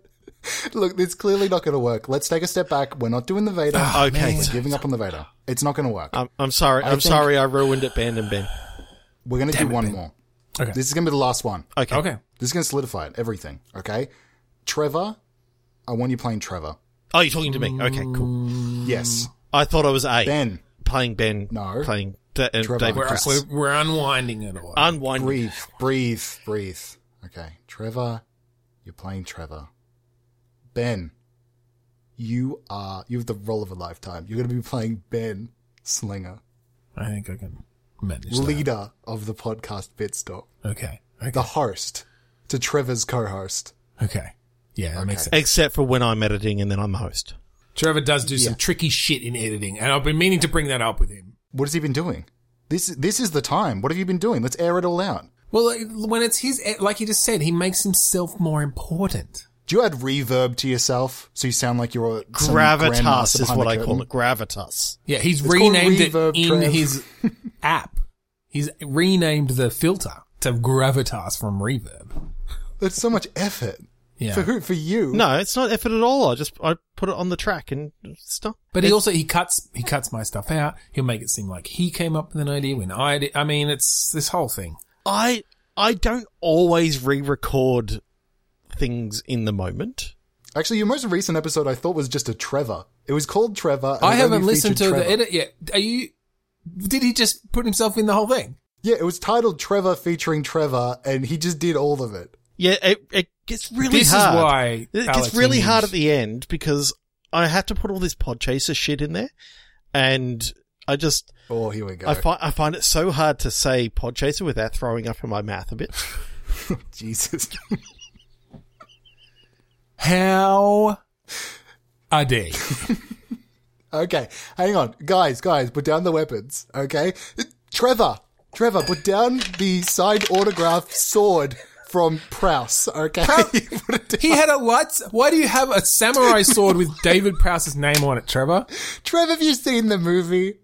Speaker 1: Look, it's clearly not going to work. Let's take a step back. We're not doing the Vader.
Speaker 3: Okay. Ah,
Speaker 1: We're giving up on the Vader. It's not going to work.
Speaker 3: I'm, um, I'm sorry. I'm
Speaker 1: think-
Speaker 3: sorry. I ruined it, Bandon Ben.
Speaker 1: We're going to do one more.
Speaker 2: Okay.
Speaker 1: This is going to be the last one.
Speaker 3: Okay.
Speaker 2: okay.
Speaker 1: This is going to solidify it, everything, okay? Trevor, I want you playing Trevor.
Speaker 3: Oh, you're talking to me. Okay, cool.
Speaker 1: Yes.
Speaker 3: I thought I was A.
Speaker 1: Ben,
Speaker 3: Playing Ben.
Speaker 1: No.
Speaker 3: Playing D- uh,
Speaker 1: Trevor.
Speaker 3: David
Speaker 2: We're,
Speaker 3: Prowse.
Speaker 2: we're, we're unwinding it all.
Speaker 3: Unwind.
Speaker 1: breathe, breathe, breathe. Okay, Trevor, you're playing Trevor. Ben, you are you have the role of a lifetime. You're going to be playing Ben Slinger,
Speaker 2: I think I can manage that.
Speaker 1: leader of the podcast Bitstop,
Speaker 2: Okay. Okay.
Speaker 1: the host to Trevor's co-host.
Speaker 2: Okay. Yeah, that makes sense.
Speaker 3: Except for when I'm editing and then I'm the host.
Speaker 2: Trevor does do some tricky shit in editing, and I've been meaning to bring that up with him.
Speaker 1: What has he been doing? This this is the time. What have you been doing? Let's air it all out.
Speaker 2: Well, like, when it's his, e- like you just said, he makes himself more important.
Speaker 1: Do you add reverb to yourself so you sound like you're some grandmaster
Speaker 3: Gravitas is
Speaker 1: behind
Speaker 3: what
Speaker 1: the
Speaker 3: I call
Speaker 1: curtain?
Speaker 3: it. Gravitas.
Speaker 2: Yeah, he's
Speaker 1: It's called
Speaker 2: renamed it
Speaker 1: reverb,
Speaker 2: in
Speaker 1: Trev.
Speaker 2: his app. He's renamed the filter to gravitas from reverb.
Speaker 1: That's so much effort
Speaker 2: Yeah,
Speaker 1: for who? For you?
Speaker 3: No, it's not effort at all. I just I put it on the track and stuff.
Speaker 2: but he also he cuts he cuts my stuff out. He'll make it seem like he came up with an idea when I did. I mean, it's this whole thing.
Speaker 3: I I don't always re-record things in the moment.
Speaker 1: Actually, your most recent episode I thought was just a Trevor. It was called Trevor. and
Speaker 2: I
Speaker 1: it
Speaker 2: haven't
Speaker 1: only
Speaker 2: listened to
Speaker 1: featured
Speaker 2: the
Speaker 1: Trevor.
Speaker 2: edit yet. Are you? Did he just put himself in the whole thing?
Speaker 1: Yeah, it was titled Trevor featuring Trevor, and he just did all of it.
Speaker 3: Yeah, it, it gets really
Speaker 2: This is
Speaker 3: hard.
Speaker 2: why,
Speaker 3: it
Speaker 2: Alex,
Speaker 3: gets really
Speaker 2: we
Speaker 3: hard
Speaker 2: need-
Speaker 3: at the end because I had to put all this Podchaser shit in there, and I just
Speaker 1: Oh, here we go.
Speaker 3: I find I find it so hard to say Podchaser without throwing up in my mouth a bit.
Speaker 1: Jesus.
Speaker 2: How are they?
Speaker 1: okay, hang on, guys, guys, put down the weapons. Okay, Trevor, Trevor, put down the signed autograph sword from Prouse. Okay, Put it down.
Speaker 2: He had a lights. Why do you have a samurai sword with David Prowse's name on it, Trevor?
Speaker 1: Trevor, have you seen the movie?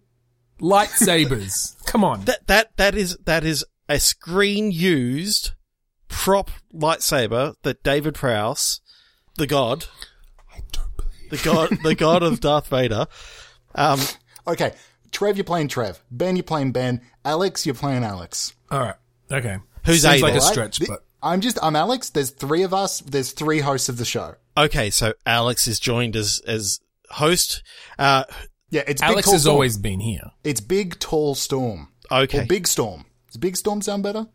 Speaker 2: Lightsabers. Come on.
Speaker 3: That that that is that is a screen used prop lightsaber that David Prowse, the god,
Speaker 2: I don't believe.
Speaker 3: the god, the god of Darth Vader. Um,
Speaker 1: Okay, Trev, you're playing Trev. Ben, you're playing Ben. Alex, you're playing Alex.
Speaker 2: All right. Okay.
Speaker 3: Who's
Speaker 2: Seems
Speaker 3: able?
Speaker 2: like a
Speaker 1: All right?
Speaker 2: stretch,
Speaker 1: Th-
Speaker 2: but
Speaker 1: I'm just I'm Alex. There's three of us. There's three hosts of the show.
Speaker 3: okay, so Alex is joined as as host. Uh,
Speaker 1: Yeah, it's big,
Speaker 2: Alex
Speaker 1: tall
Speaker 2: has
Speaker 1: storm.
Speaker 2: always been here.
Speaker 1: It's big tall storm
Speaker 3: okay,
Speaker 1: or big storm. Does big storm sound better?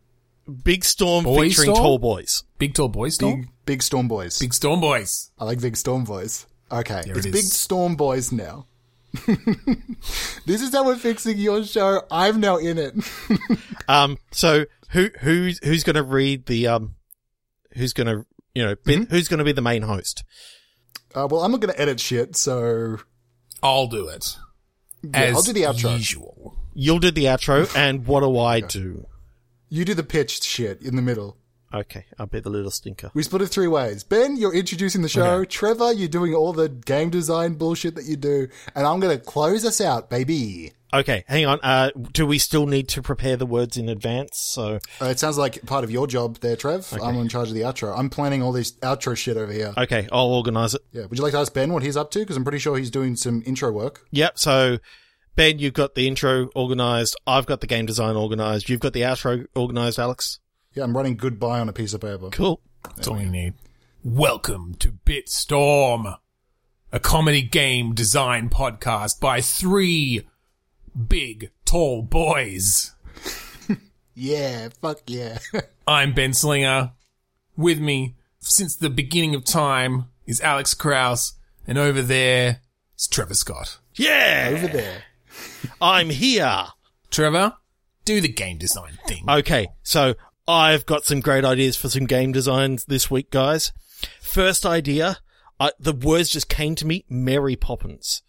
Speaker 3: Big Storm
Speaker 2: Boy
Speaker 3: featuring
Speaker 2: Storm?
Speaker 3: Tall Boys.
Speaker 2: Big Tall Boy Storm?
Speaker 1: Big, big Storm Boys.
Speaker 2: Big Storm Boys.
Speaker 1: I like Big Storm Boys. Okay,
Speaker 2: There
Speaker 1: it's
Speaker 2: it
Speaker 1: Big
Speaker 2: is.
Speaker 1: Storm Boys now. this is how we're fixing your show. I'm now in it.
Speaker 3: Um, so who who's who's going to read the um, who's going to you know be,
Speaker 2: Mm-hmm.
Speaker 3: who's going to be the main host?
Speaker 1: Uh, well, I'm not going to edit shit, so
Speaker 2: I'll do it.
Speaker 1: yeah,
Speaker 2: as
Speaker 1: I'll do the outro.
Speaker 2: usual.
Speaker 3: You'll do the outro, and what do I do?
Speaker 1: You do the pitched shit in the middle.
Speaker 3: Okay, I'll be the little stinker.
Speaker 1: We split it three ways. Ben, you're introducing the show. Trevor, you're doing all the game design bullshit that you do. And I'm going to close us out, baby.
Speaker 3: Okay, hang on. Uh, do we still need to prepare the words in advance? So
Speaker 1: Uh, it sounds like part of your job there, Trev. I'm in charge of the outro. I'm planning all this outro shit over here.
Speaker 3: okay, I'll organize it.
Speaker 1: yeah. Would you like to ask Ben what he's up to? Because I'm pretty sure he's doing some intro work.
Speaker 3: Yep. So Ben, you've got the intro organized. I've got the game design organized. You've got the outro organized, Alex.
Speaker 1: Yeah, I'm writing goodbye on a piece of paper.
Speaker 3: Cool.
Speaker 2: That's all you need. Welcome to Bitstorm, a comedy game design podcast by three big, tall boys.
Speaker 1: Yeah, fuck yeah.
Speaker 2: I'm Ben Slinger. With me since the beginning of time is Alex Krauss, and over there is Trevor Scott.
Speaker 1: over
Speaker 3: Yeah,
Speaker 1: there.
Speaker 3: I'm here.
Speaker 2: Trevor, do the game design thing.
Speaker 3: Okay, so I've got some great ideas for some game designs this week, guys. First idea, I, the words just came to me, Mary Poppins.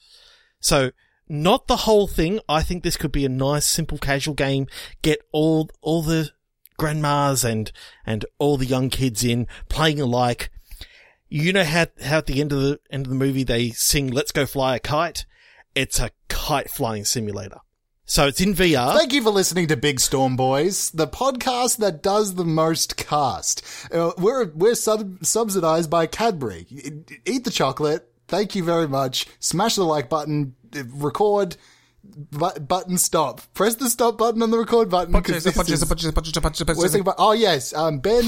Speaker 3: So, not the whole thing. I think this could be a nice, simple, casual game. Get all, all the grandmas and, and all the young kids in playing alike. You know how, how at the end of the, end of the movie they sing, let's go fly a kite? It's a kite flying simulator. So it's in VR.
Speaker 1: Thank you for listening to Big Storm Boys, the podcast that does the most cast. Uh, we're we're sub- subsidized by Cadbury. E-, Eat the chocolate. Thank you very much. Smash the like button. uh, Record. Bu- button stop. Press the stop button on the record button. 'cause this is- we're thinking about- oh yes, um, Ben.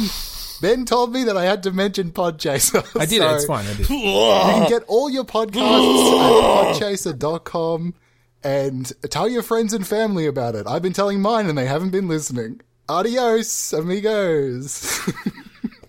Speaker 1: Ben told me that I had to mention Podchaser.
Speaker 2: I did it.
Speaker 1: so
Speaker 2: It's fine. I did.
Speaker 1: You
Speaker 2: Uh,
Speaker 1: can get all your podcasts at podchaser.com and tell your friends and family about it. I've been telling mine and they haven't been listening. Adios, amigos.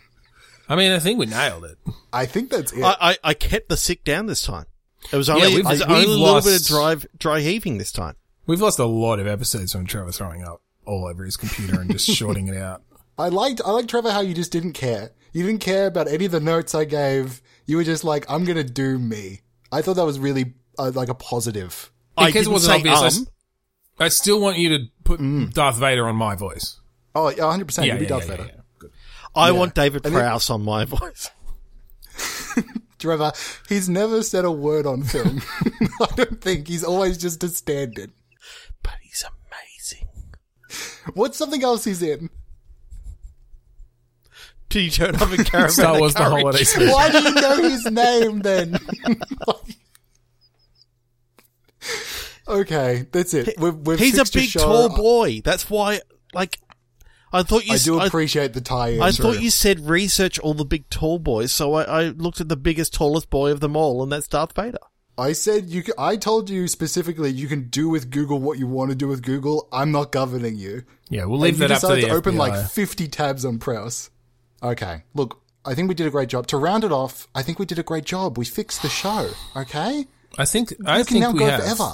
Speaker 2: I mean, I think we nailed it.
Speaker 1: I think that's it.
Speaker 3: I, I, I kept the sick down this time. It was only,
Speaker 2: we've-
Speaker 3: it was
Speaker 2: we've
Speaker 3: only a little
Speaker 2: lost-
Speaker 3: bit of drive, dry heaving this time.
Speaker 2: We've lost a lot of episodes from Trevor throwing up all over his computer and just shorting it out.
Speaker 1: I liked I liked Trevor how you just didn't care. You didn't care about any of the notes I gave. You were just like, I'm gonna do me. I thought that was really uh, like a positive.
Speaker 3: I
Speaker 2: case it
Speaker 3: didn't
Speaker 2: wasn't
Speaker 3: say
Speaker 2: obvious, I s-
Speaker 3: um.
Speaker 2: I still want you to put Darth Vader on my voice.
Speaker 1: Oh, Mm. yeah, 100%.
Speaker 2: Yeah,
Speaker 1: you'd be
Speaker 2: yeah,
Speaker 1: Darth
Speaker 2: yeah,
Speaker 1: Vader.
Speaker 2: yeah, yeah. Good.
Speaker 3: I want David
Speaker 1: And then-
Speaker 3: Prowse on my voice.
Speaker 1: Trevor, he's never said a word on film. I don't think. He's always just a stand in.
Speaker 3: But he's amazing.
Speaker 1: What's something else he's in?
Speaker 3: Do you turn up in Caravan
Speaker 2: Star
Speaker 3: of
Speaker 2: Wars: The
Speaker 3: Courage?
Speaker 2: Holiday Special.
Speaker 1: Why do you know his name then? okay, that's it. We've, we've
Speaker 3: He's a
Speaker 1: fixed your
Speaker 3: big,
Speaker 1: show.
Speaker 3: tall boy. That's why, like, I thought you.
Speaker 1: I
Speaker 3: s-
Speaker 1: do
Speaker 3: I-
Speaker 1: appreciate the tie-in.
Speaker 3: I thought you said research all the big tall boys, so I, I looked at the biggest, tallest boy of them all, and that's Darth Vader.
Speaker 1: I said you. Can, I told you specifically. You can do with Google what you want to do with Google. I'm not governing you.
Speaker 2: Yeah, we'll
Speaker 1: And
Speaker 2: leave
Speaker 1: you
Speaker 2: that up to
Speaker 1: decided
Speaker 2: the
Speaker 1: to open
Speaker 2: FBI.
Speaker 1: like 50 tabs on Prowse. Okay, look. I think we did a great job. To round it off, I think we did a great job. We fixed the show. Okay,
Speaker 2: I think I
Speaker 1: we
Speaker 2: think
Speaker 1: can now
Speaker 2: we
Speaker 1: go
Speaker 2: have.
Speaker 1: forever.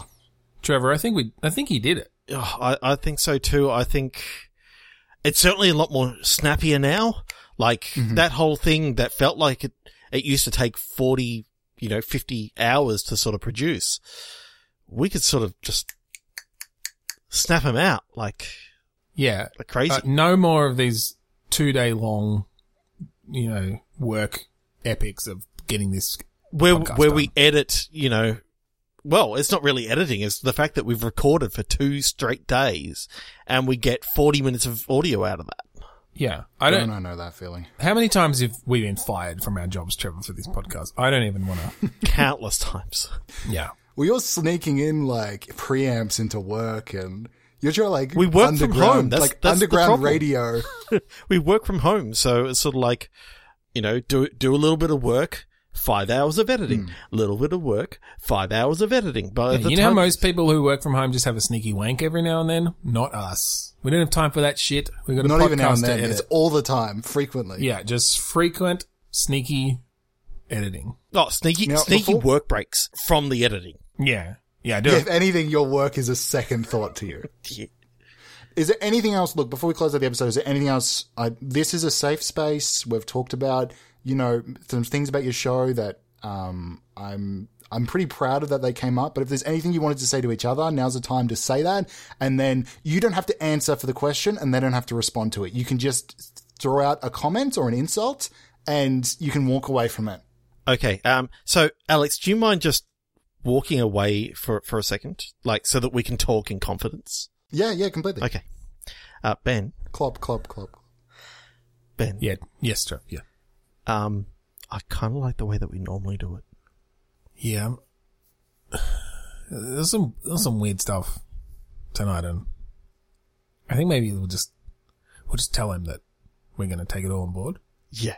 Speaker 2: Trevor, I think we I think he did it.
Speaker 3: Oh, I, I think so too. I think it's certainly a lot more snappier now. Like
Speaker 2: Mm-hmm.
Speaker 3: that whole thing that felt like it, it used to take 40, you know, 50 hours to sort of produce. We could sort of just snap them out like,
Speaker 2: Yeah,
Speaker 3: like crazy.
Speaker 2: Uh, no more of these two day long, you know, work epics of getting this.
Speaker 3: where,
Speaker 2: podcast
Speaker 3: where we edit, you know, well, it's not really editing. It's the fact that we've recorded for two straight days and we get 40 minutes of audio out of that.
Speaker 2: Yeah, I
Speaker 1: I
Speaker 2: don't.
Speaker 1: don't, know that feeling.
Speaker 2: How many times have we been fired from our jobs, Trevor, for this podcast? I don't even want to.
Speaker 3: Countless times.
Speaker 2: yeah,
Speaker 1: Well, you're sneaking in like preamps into work, and you're trying like
Speaker 3: We work from
Speaker 1: underground-
Speaker 3: home. That's-
Speaker 1: like
Speaker 3: that's the
Speaker 1: underground
Speaker 3: problem.
Speaker 1: radio.
Speaker 3: we work from home, so it's sort of like, you know, do do a little bit of work, Five hours of editing, little bit of work, five hours of editing. By
Speaker 2: Hmm. Yeah,
Speaker 3: the
Speaker 2: you know
Speaker 3: time,
Speaker 2: how most people who work from home just have a sneaky wank every now and then? Not us. We don't have time for that shit. We've got a
Speaker 1: Not
Speaker 2: podcast
Speaker 1: even now and
Speaker 2: to
Speaker 1: then.
Speaker 2: edit.
Speaker 1: It's all the time, frequently.
Speaker 2: yeah, just frequent, sneaky editing.
Speaker 3: oh, sneaky,
Speaker 1: Now,
Speaker 3: sneaky
Speaker 1: before-
Speaker 3: work breaks from the editing.
Speaker 2: Yeah. Yeah, I do.
Speaker 1: If anything, your work is a second thought to you.
Speaker 3: Yeah.
Speaker 1: Is there anything else? Look, before we close out the episode, is there anything else? I, this is a safe space. We've talked about, you know, some things about your show that um, I'm I'm pretty proud of that they came up. But if there's anything you wanted to say to each other, now's the time to say that. And then you don't have to answer for the question, and they don't have to respond to it. You can just throw out a comment or an insult, and you can walk away from it.
Speaker 3: Okay. Um. So, Alex, do you mind just walking away for for a second, like so that we can talk in confidence?
Speaker 1: Yeah, yeah, completely.
Speaker 3: Okay. Uh, Ben,
Speaker 1: Clop, clop, clop.
Speaker 3: Ben.
Speaker 2: yeah. Yes, sir. Yeah.
Speaker 3: Um, I kind of like the way that we normally do it.
Speaker 2: Yeah. There's some there's some weird stuff tonight, and I think maybe we'll just we'll just tell him that we're going to take it all on board,
Speaker 3: Yeah.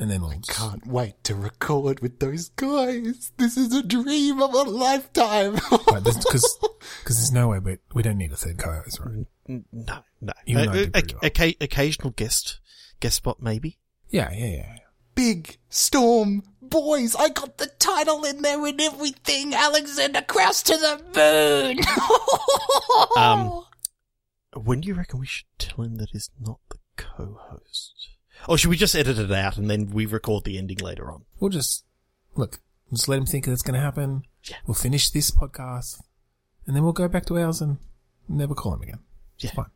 Speaker 2: and then we'll. Just,
Speaker 1: Can't wait to record with those guys. This is a dream of a lifetime.
Speaker 2: because there's no way we we don't need a third co-host, right?
Speaker 3: N- No, no.
Speaker 2: You and I
Speaker 3: Uh,
Speaker 2: did pretty
Speaker 3: oc-
Speaker 2: well.
Speaker 3: oca- occasional guest, guest spot maybe.
Speaker 2: Yeah, yeah, yeah.
Speaker 1: Big storm boys, I got the title in there and everything. Alexander Krauss to the moon.
Speaker 3: Um, When do you reckon we should tell him that he's not the co-host? Or should we just edit it out and then we record the ending later on?
Speaker 2: We'll just look. Just let him think that's going to happen.
Speaker 3: Yeah.
Speaker 2: We'll finish this podcast, and then we'll go back to ours and never call him again.
Speaker 3: Yeah.
Speaker 2: Fine.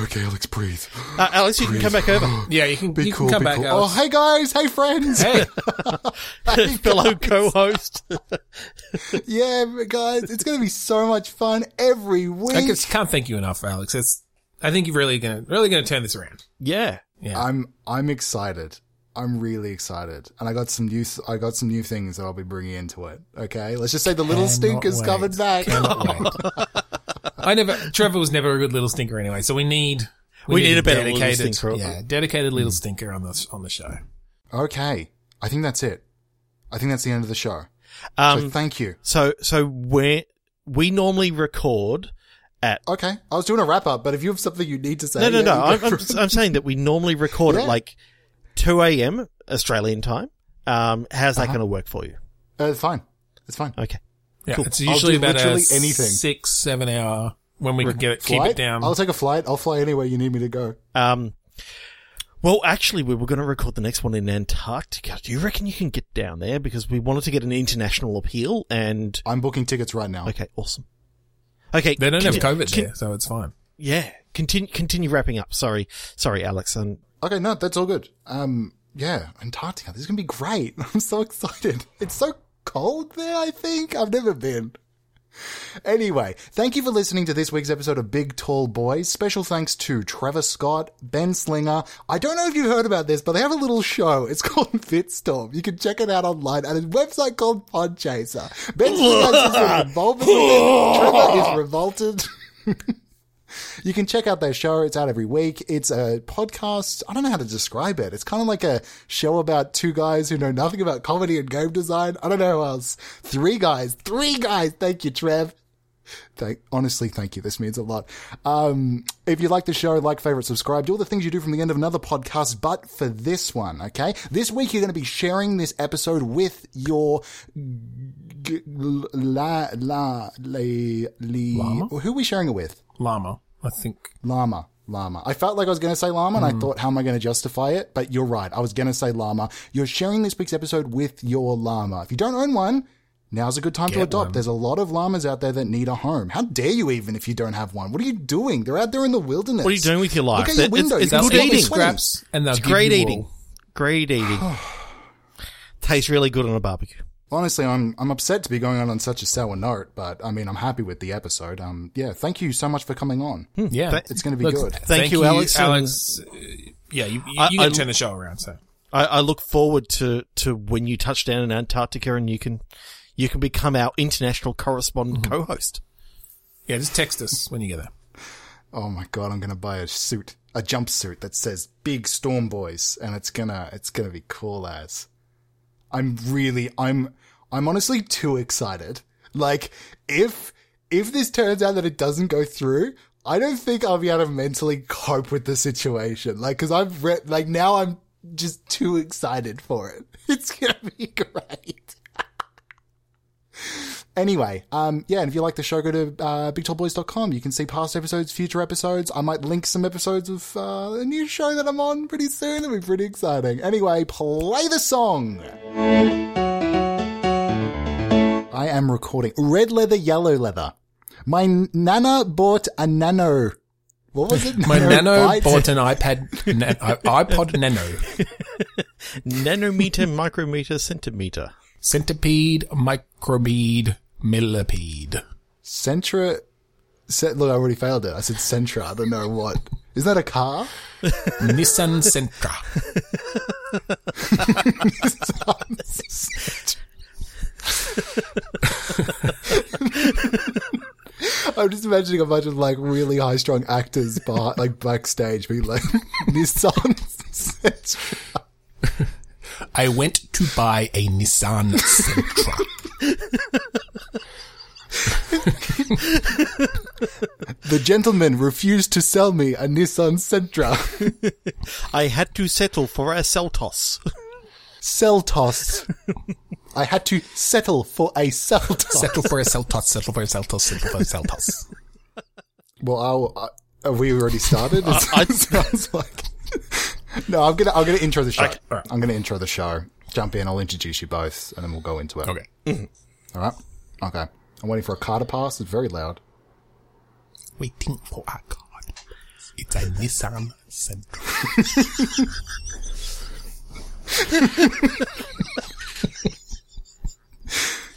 Speaker 1: okay, Alex, breathe.
Speaker 3: Uh, Alex, you can come back over.
Speaker 2: Yeah, you can.
Speaker 1: Be
Speaker 2: you
Speaker 1: cool,
Speaker 2: can come
Speaker 1: be
Speaker 2: back.
Speaker 1: cool. Oh,
Speaker 2: Alex.
Speaker 1: hey guys, hey friends.
Speaker 2: hey.
Speaker 1: Hey,
Speaker 3: Fellow
Speaker 1: guys.
Speaker 3: co-host.
Speaker 1: Yeah, guys, it's gonna be so much fun every week.
Speaker 2: I just can't thank you enough, Alex. It's, I think you're really gonna really gonna turn this around.
Speaker 3: yeah.
Speaker 2: Yeah,
Speaker 1: I'm I'm excited. I'm really excited, and I got some new I got some new things that I'll be bringing into it. Okay, let's just say the little
Speaker 2: Cannot
Speaker 1: stinker's
Speaker 2: wait.
Speaker 1: covered back.
Speaker 2: Cannot wait. I never. Trevor was never a good little stinker anyway, so we need
Speaker 3: We need a better little
Speaker 2: dedicated,
Speaker 3: stinker.
Speaker 2: Yeah, dedicated little stinker on the on the show.
Speaker 1: Okay, I think that's it. I think that's the end of the show. so
Speaker 3: Um,
Speaker 1: thank you.
Speaker 3: so, so where we normally record at,
Speaker 1: Okay, I was doing a wrap up, but if you have something you need to say,
Speaker 3: no, no,
Speaker 1: yeah,
Speaker 3: no.
Speaker 1: you
Speaker 3: I'm,
Speaker 1: go
Speaker 3: I'm,
Speaker 1: for it.
Speaker 3: I'm saying that we normally record
Speaker 1: Yeah.
Speaker 3: at like 2 a.m. Australian time. Um, how's that going to work for you?
Speaker 1: Uh, it's fine. It's fine.
Speaker 3: Okay.
Speaker 2: Yeah,
Speaker 3: Cool.
Speaker 2: it's
Speaker 1: I'll
Speaker 2: usually
Speaker 1: do
Speaker 2: about a
Speaker 1: literally anything.
Speaker 2: six seven hour when we can get it, keep
Speaker 1: Flight?
Speaker 2: it down.
Speaker 1: I'll take a flight. I'll fly anywhere you need me to go.
Speaker 3: Um, well, actually, we were going to record the next one in Antarctica. Do you reckon you can get down there? Because we wanted to get an international appeal and.
Speaker 1: I'm booking tickets right now.
Speaker 3: Okay, awesome. Okay.
Speaker 2: they don't have
Speaker 3: conti-
Speaker 2: COVID
Speaker 3: con-
Speaker 2: there, so it's fine.
Speaker 3: Yeah. Continue, continue wrapping up. Sorry. Sorry, Alex. Um, And
Speaker 1: Okay, no, that's all good. Um, yeah, Antarctica. This is gonna be great. I'm so excited. It's so cold there. I think I've never been. Anyway, thank you for listening to this week's episode of Big Tall Boys. Special thanks to Trevor Scott, Ben Slinger. I don't know if you've heard about this, but they have a little show. It's called Fitstorm. You can check it out online at a website called Podchaser. Ben Slinger's been involved in it. Trevor is revolted. You can check out their show. It's out every week. It's a podcast. I don't know how to describe it. It's kind of like a show about two guys who know nothing about comedy and game design. I don't know who else. Three guys. Three guys. Thank you, Trev. Thank, honestly, thank you. This means a lot. Um, if you like the show, like, favorite, subscribe, do all the things you do from the end of another podcast, but for this one, okay? This week, you're going to be sharing this episode with your g- l- la, la, la, la, who are we sharing it with?
Speaker 2: Llama, I think.
Speaker 1: Llama. Llama. I felt like I was going to say llama, and
Speaker 3: Hmm.
Speaker 1: I thought, how am I going to justify it? But you're right. I was going to say llama. You're sharing this week's episode with your llama. If you don't own one, now's a good time to
Speaker 2: Get
Speaker 1: adopt.
Speaker 2: one.
Speaker 1: There's a lot of llamas out there that need a home. How dare you, even if you don't have one? What are you doing? They're out there in the wilderness.
Speaker 3: what are you doing with your life?
Speaker 1: Look at your
Speaker 3: That- it's-
Speaker 1: window.
Speaker 3: It's,
Speaker 1: That's
Speaker 3: good
Speaker 1: what we
Speaker 3: eating.
Speaker 1: sweat.
Speaker 2: scraps, and they'll
Speaker 3: It's
Speaker 2: give
Speaker 3: great
Speaker 2: you
Speaker 3: eating.
Speaker 2: all.
Speaker 3: Great eating. Tastes really good on a barbecue.
Speaker 1: Honestly, I'm I'm upset to be going on on such a sour note, but I mean, I'm happy with the episode. Um, yeah, thank you so much for coming on.
Speaker 2: Yeah,
Speaker 3: Th-
Speaker 1: It's going to be
Speaker 2: Look,
Speaker 1: good.
Speaker 3: Thank you, Alex, and-
Speaker 2: Alex, uh, yeah, you, you,
Speaker 3: I-
Speaker 2: you can
Speaker 3: I-
Speaker 2: turn the show around. So
Speaker 3: I, I look forward to, to when you touch down in Antarctica and you can you can become our international correspondent
Speaker 1: Mm-hmm.
Speaker 3: co-host.
Speaker 2: yeah, just text us when you get there.
Speaker 1: oh my god, I'm gonna buy a suit, a jumpsuit that says "Big Storm Boys," and it's gonna, it's gonna be cool as. I'm really, I'm, I'm honestly too excited. Like, if, if this turns out that it doesn't go through, I don't think I'll be able to mentally cope with the situation. Like, cause I've read, like now I'm just too excited for it. It's gonna be great. Anyway, um, yeah, and if you like the show, go to uh, bigtallboys.com. You can see past episodes, future episodes. I might link some episodes of uh, a new show that I'm on pretty soon. That'll be pretty exciting. Anyway, play the song. I am recording. Red leather, yellow leather. My nana bought a nano. What was it?
Speaker 2: My nano
Speaker 1: bite?
Speaker 2: bought an iPad, na- i- iPod Nano,
Speaker 3: Nanometer, micrometer, centimeter.
Speaker 2: centipede, microbead, millipede.
Speaker 1: Sentra. Se- Look, I already failed it. I said Sentra. I don't know what. Is that a car?
Speaker 2: Nissan Sentra.
Speaker 1: I'm just imagining a bunch of like really high strung actors behind, like backstage being like Nissan Sentra.
Speaker 2: I went to buy a Nissan Sentra.
Speaker 1: The gentleman refused to sell me a Nissan Sentra.
Speaker 3: I had to settle for a Celtos.
Speaker 1: Celtos. I had to settle for a Celtos.
Speaker 2: settle for a Celtos, settle for a Celtos, settle for a Celtos.
Speaker 1: Well, I'll, uh, have we already started?
Speaker 2: Uh,
Speaker 3: I-
Speaker 1: Sounds like- no, I'm gonna I'm gonna intro the show.
Speaker 2: Okay, all right.
Speaker 1: I'm gonna intro the show. Jump in. I'll introduce you both, and then we'll go into it.
Speaker 2: Okay.
Speaker 1: All right. Okay. I'm waiting for a car to pass. It's very loud.
Speaker 2: Waiting for a card. It's a Nissan Sentra.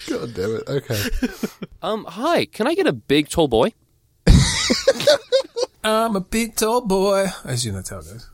Speaker 1: God damn it. Okay.
Speaker 4: Um, hi, can I get a big tall boy?
Speaker 2: I'm a big tall boy. I assume that's how it goes.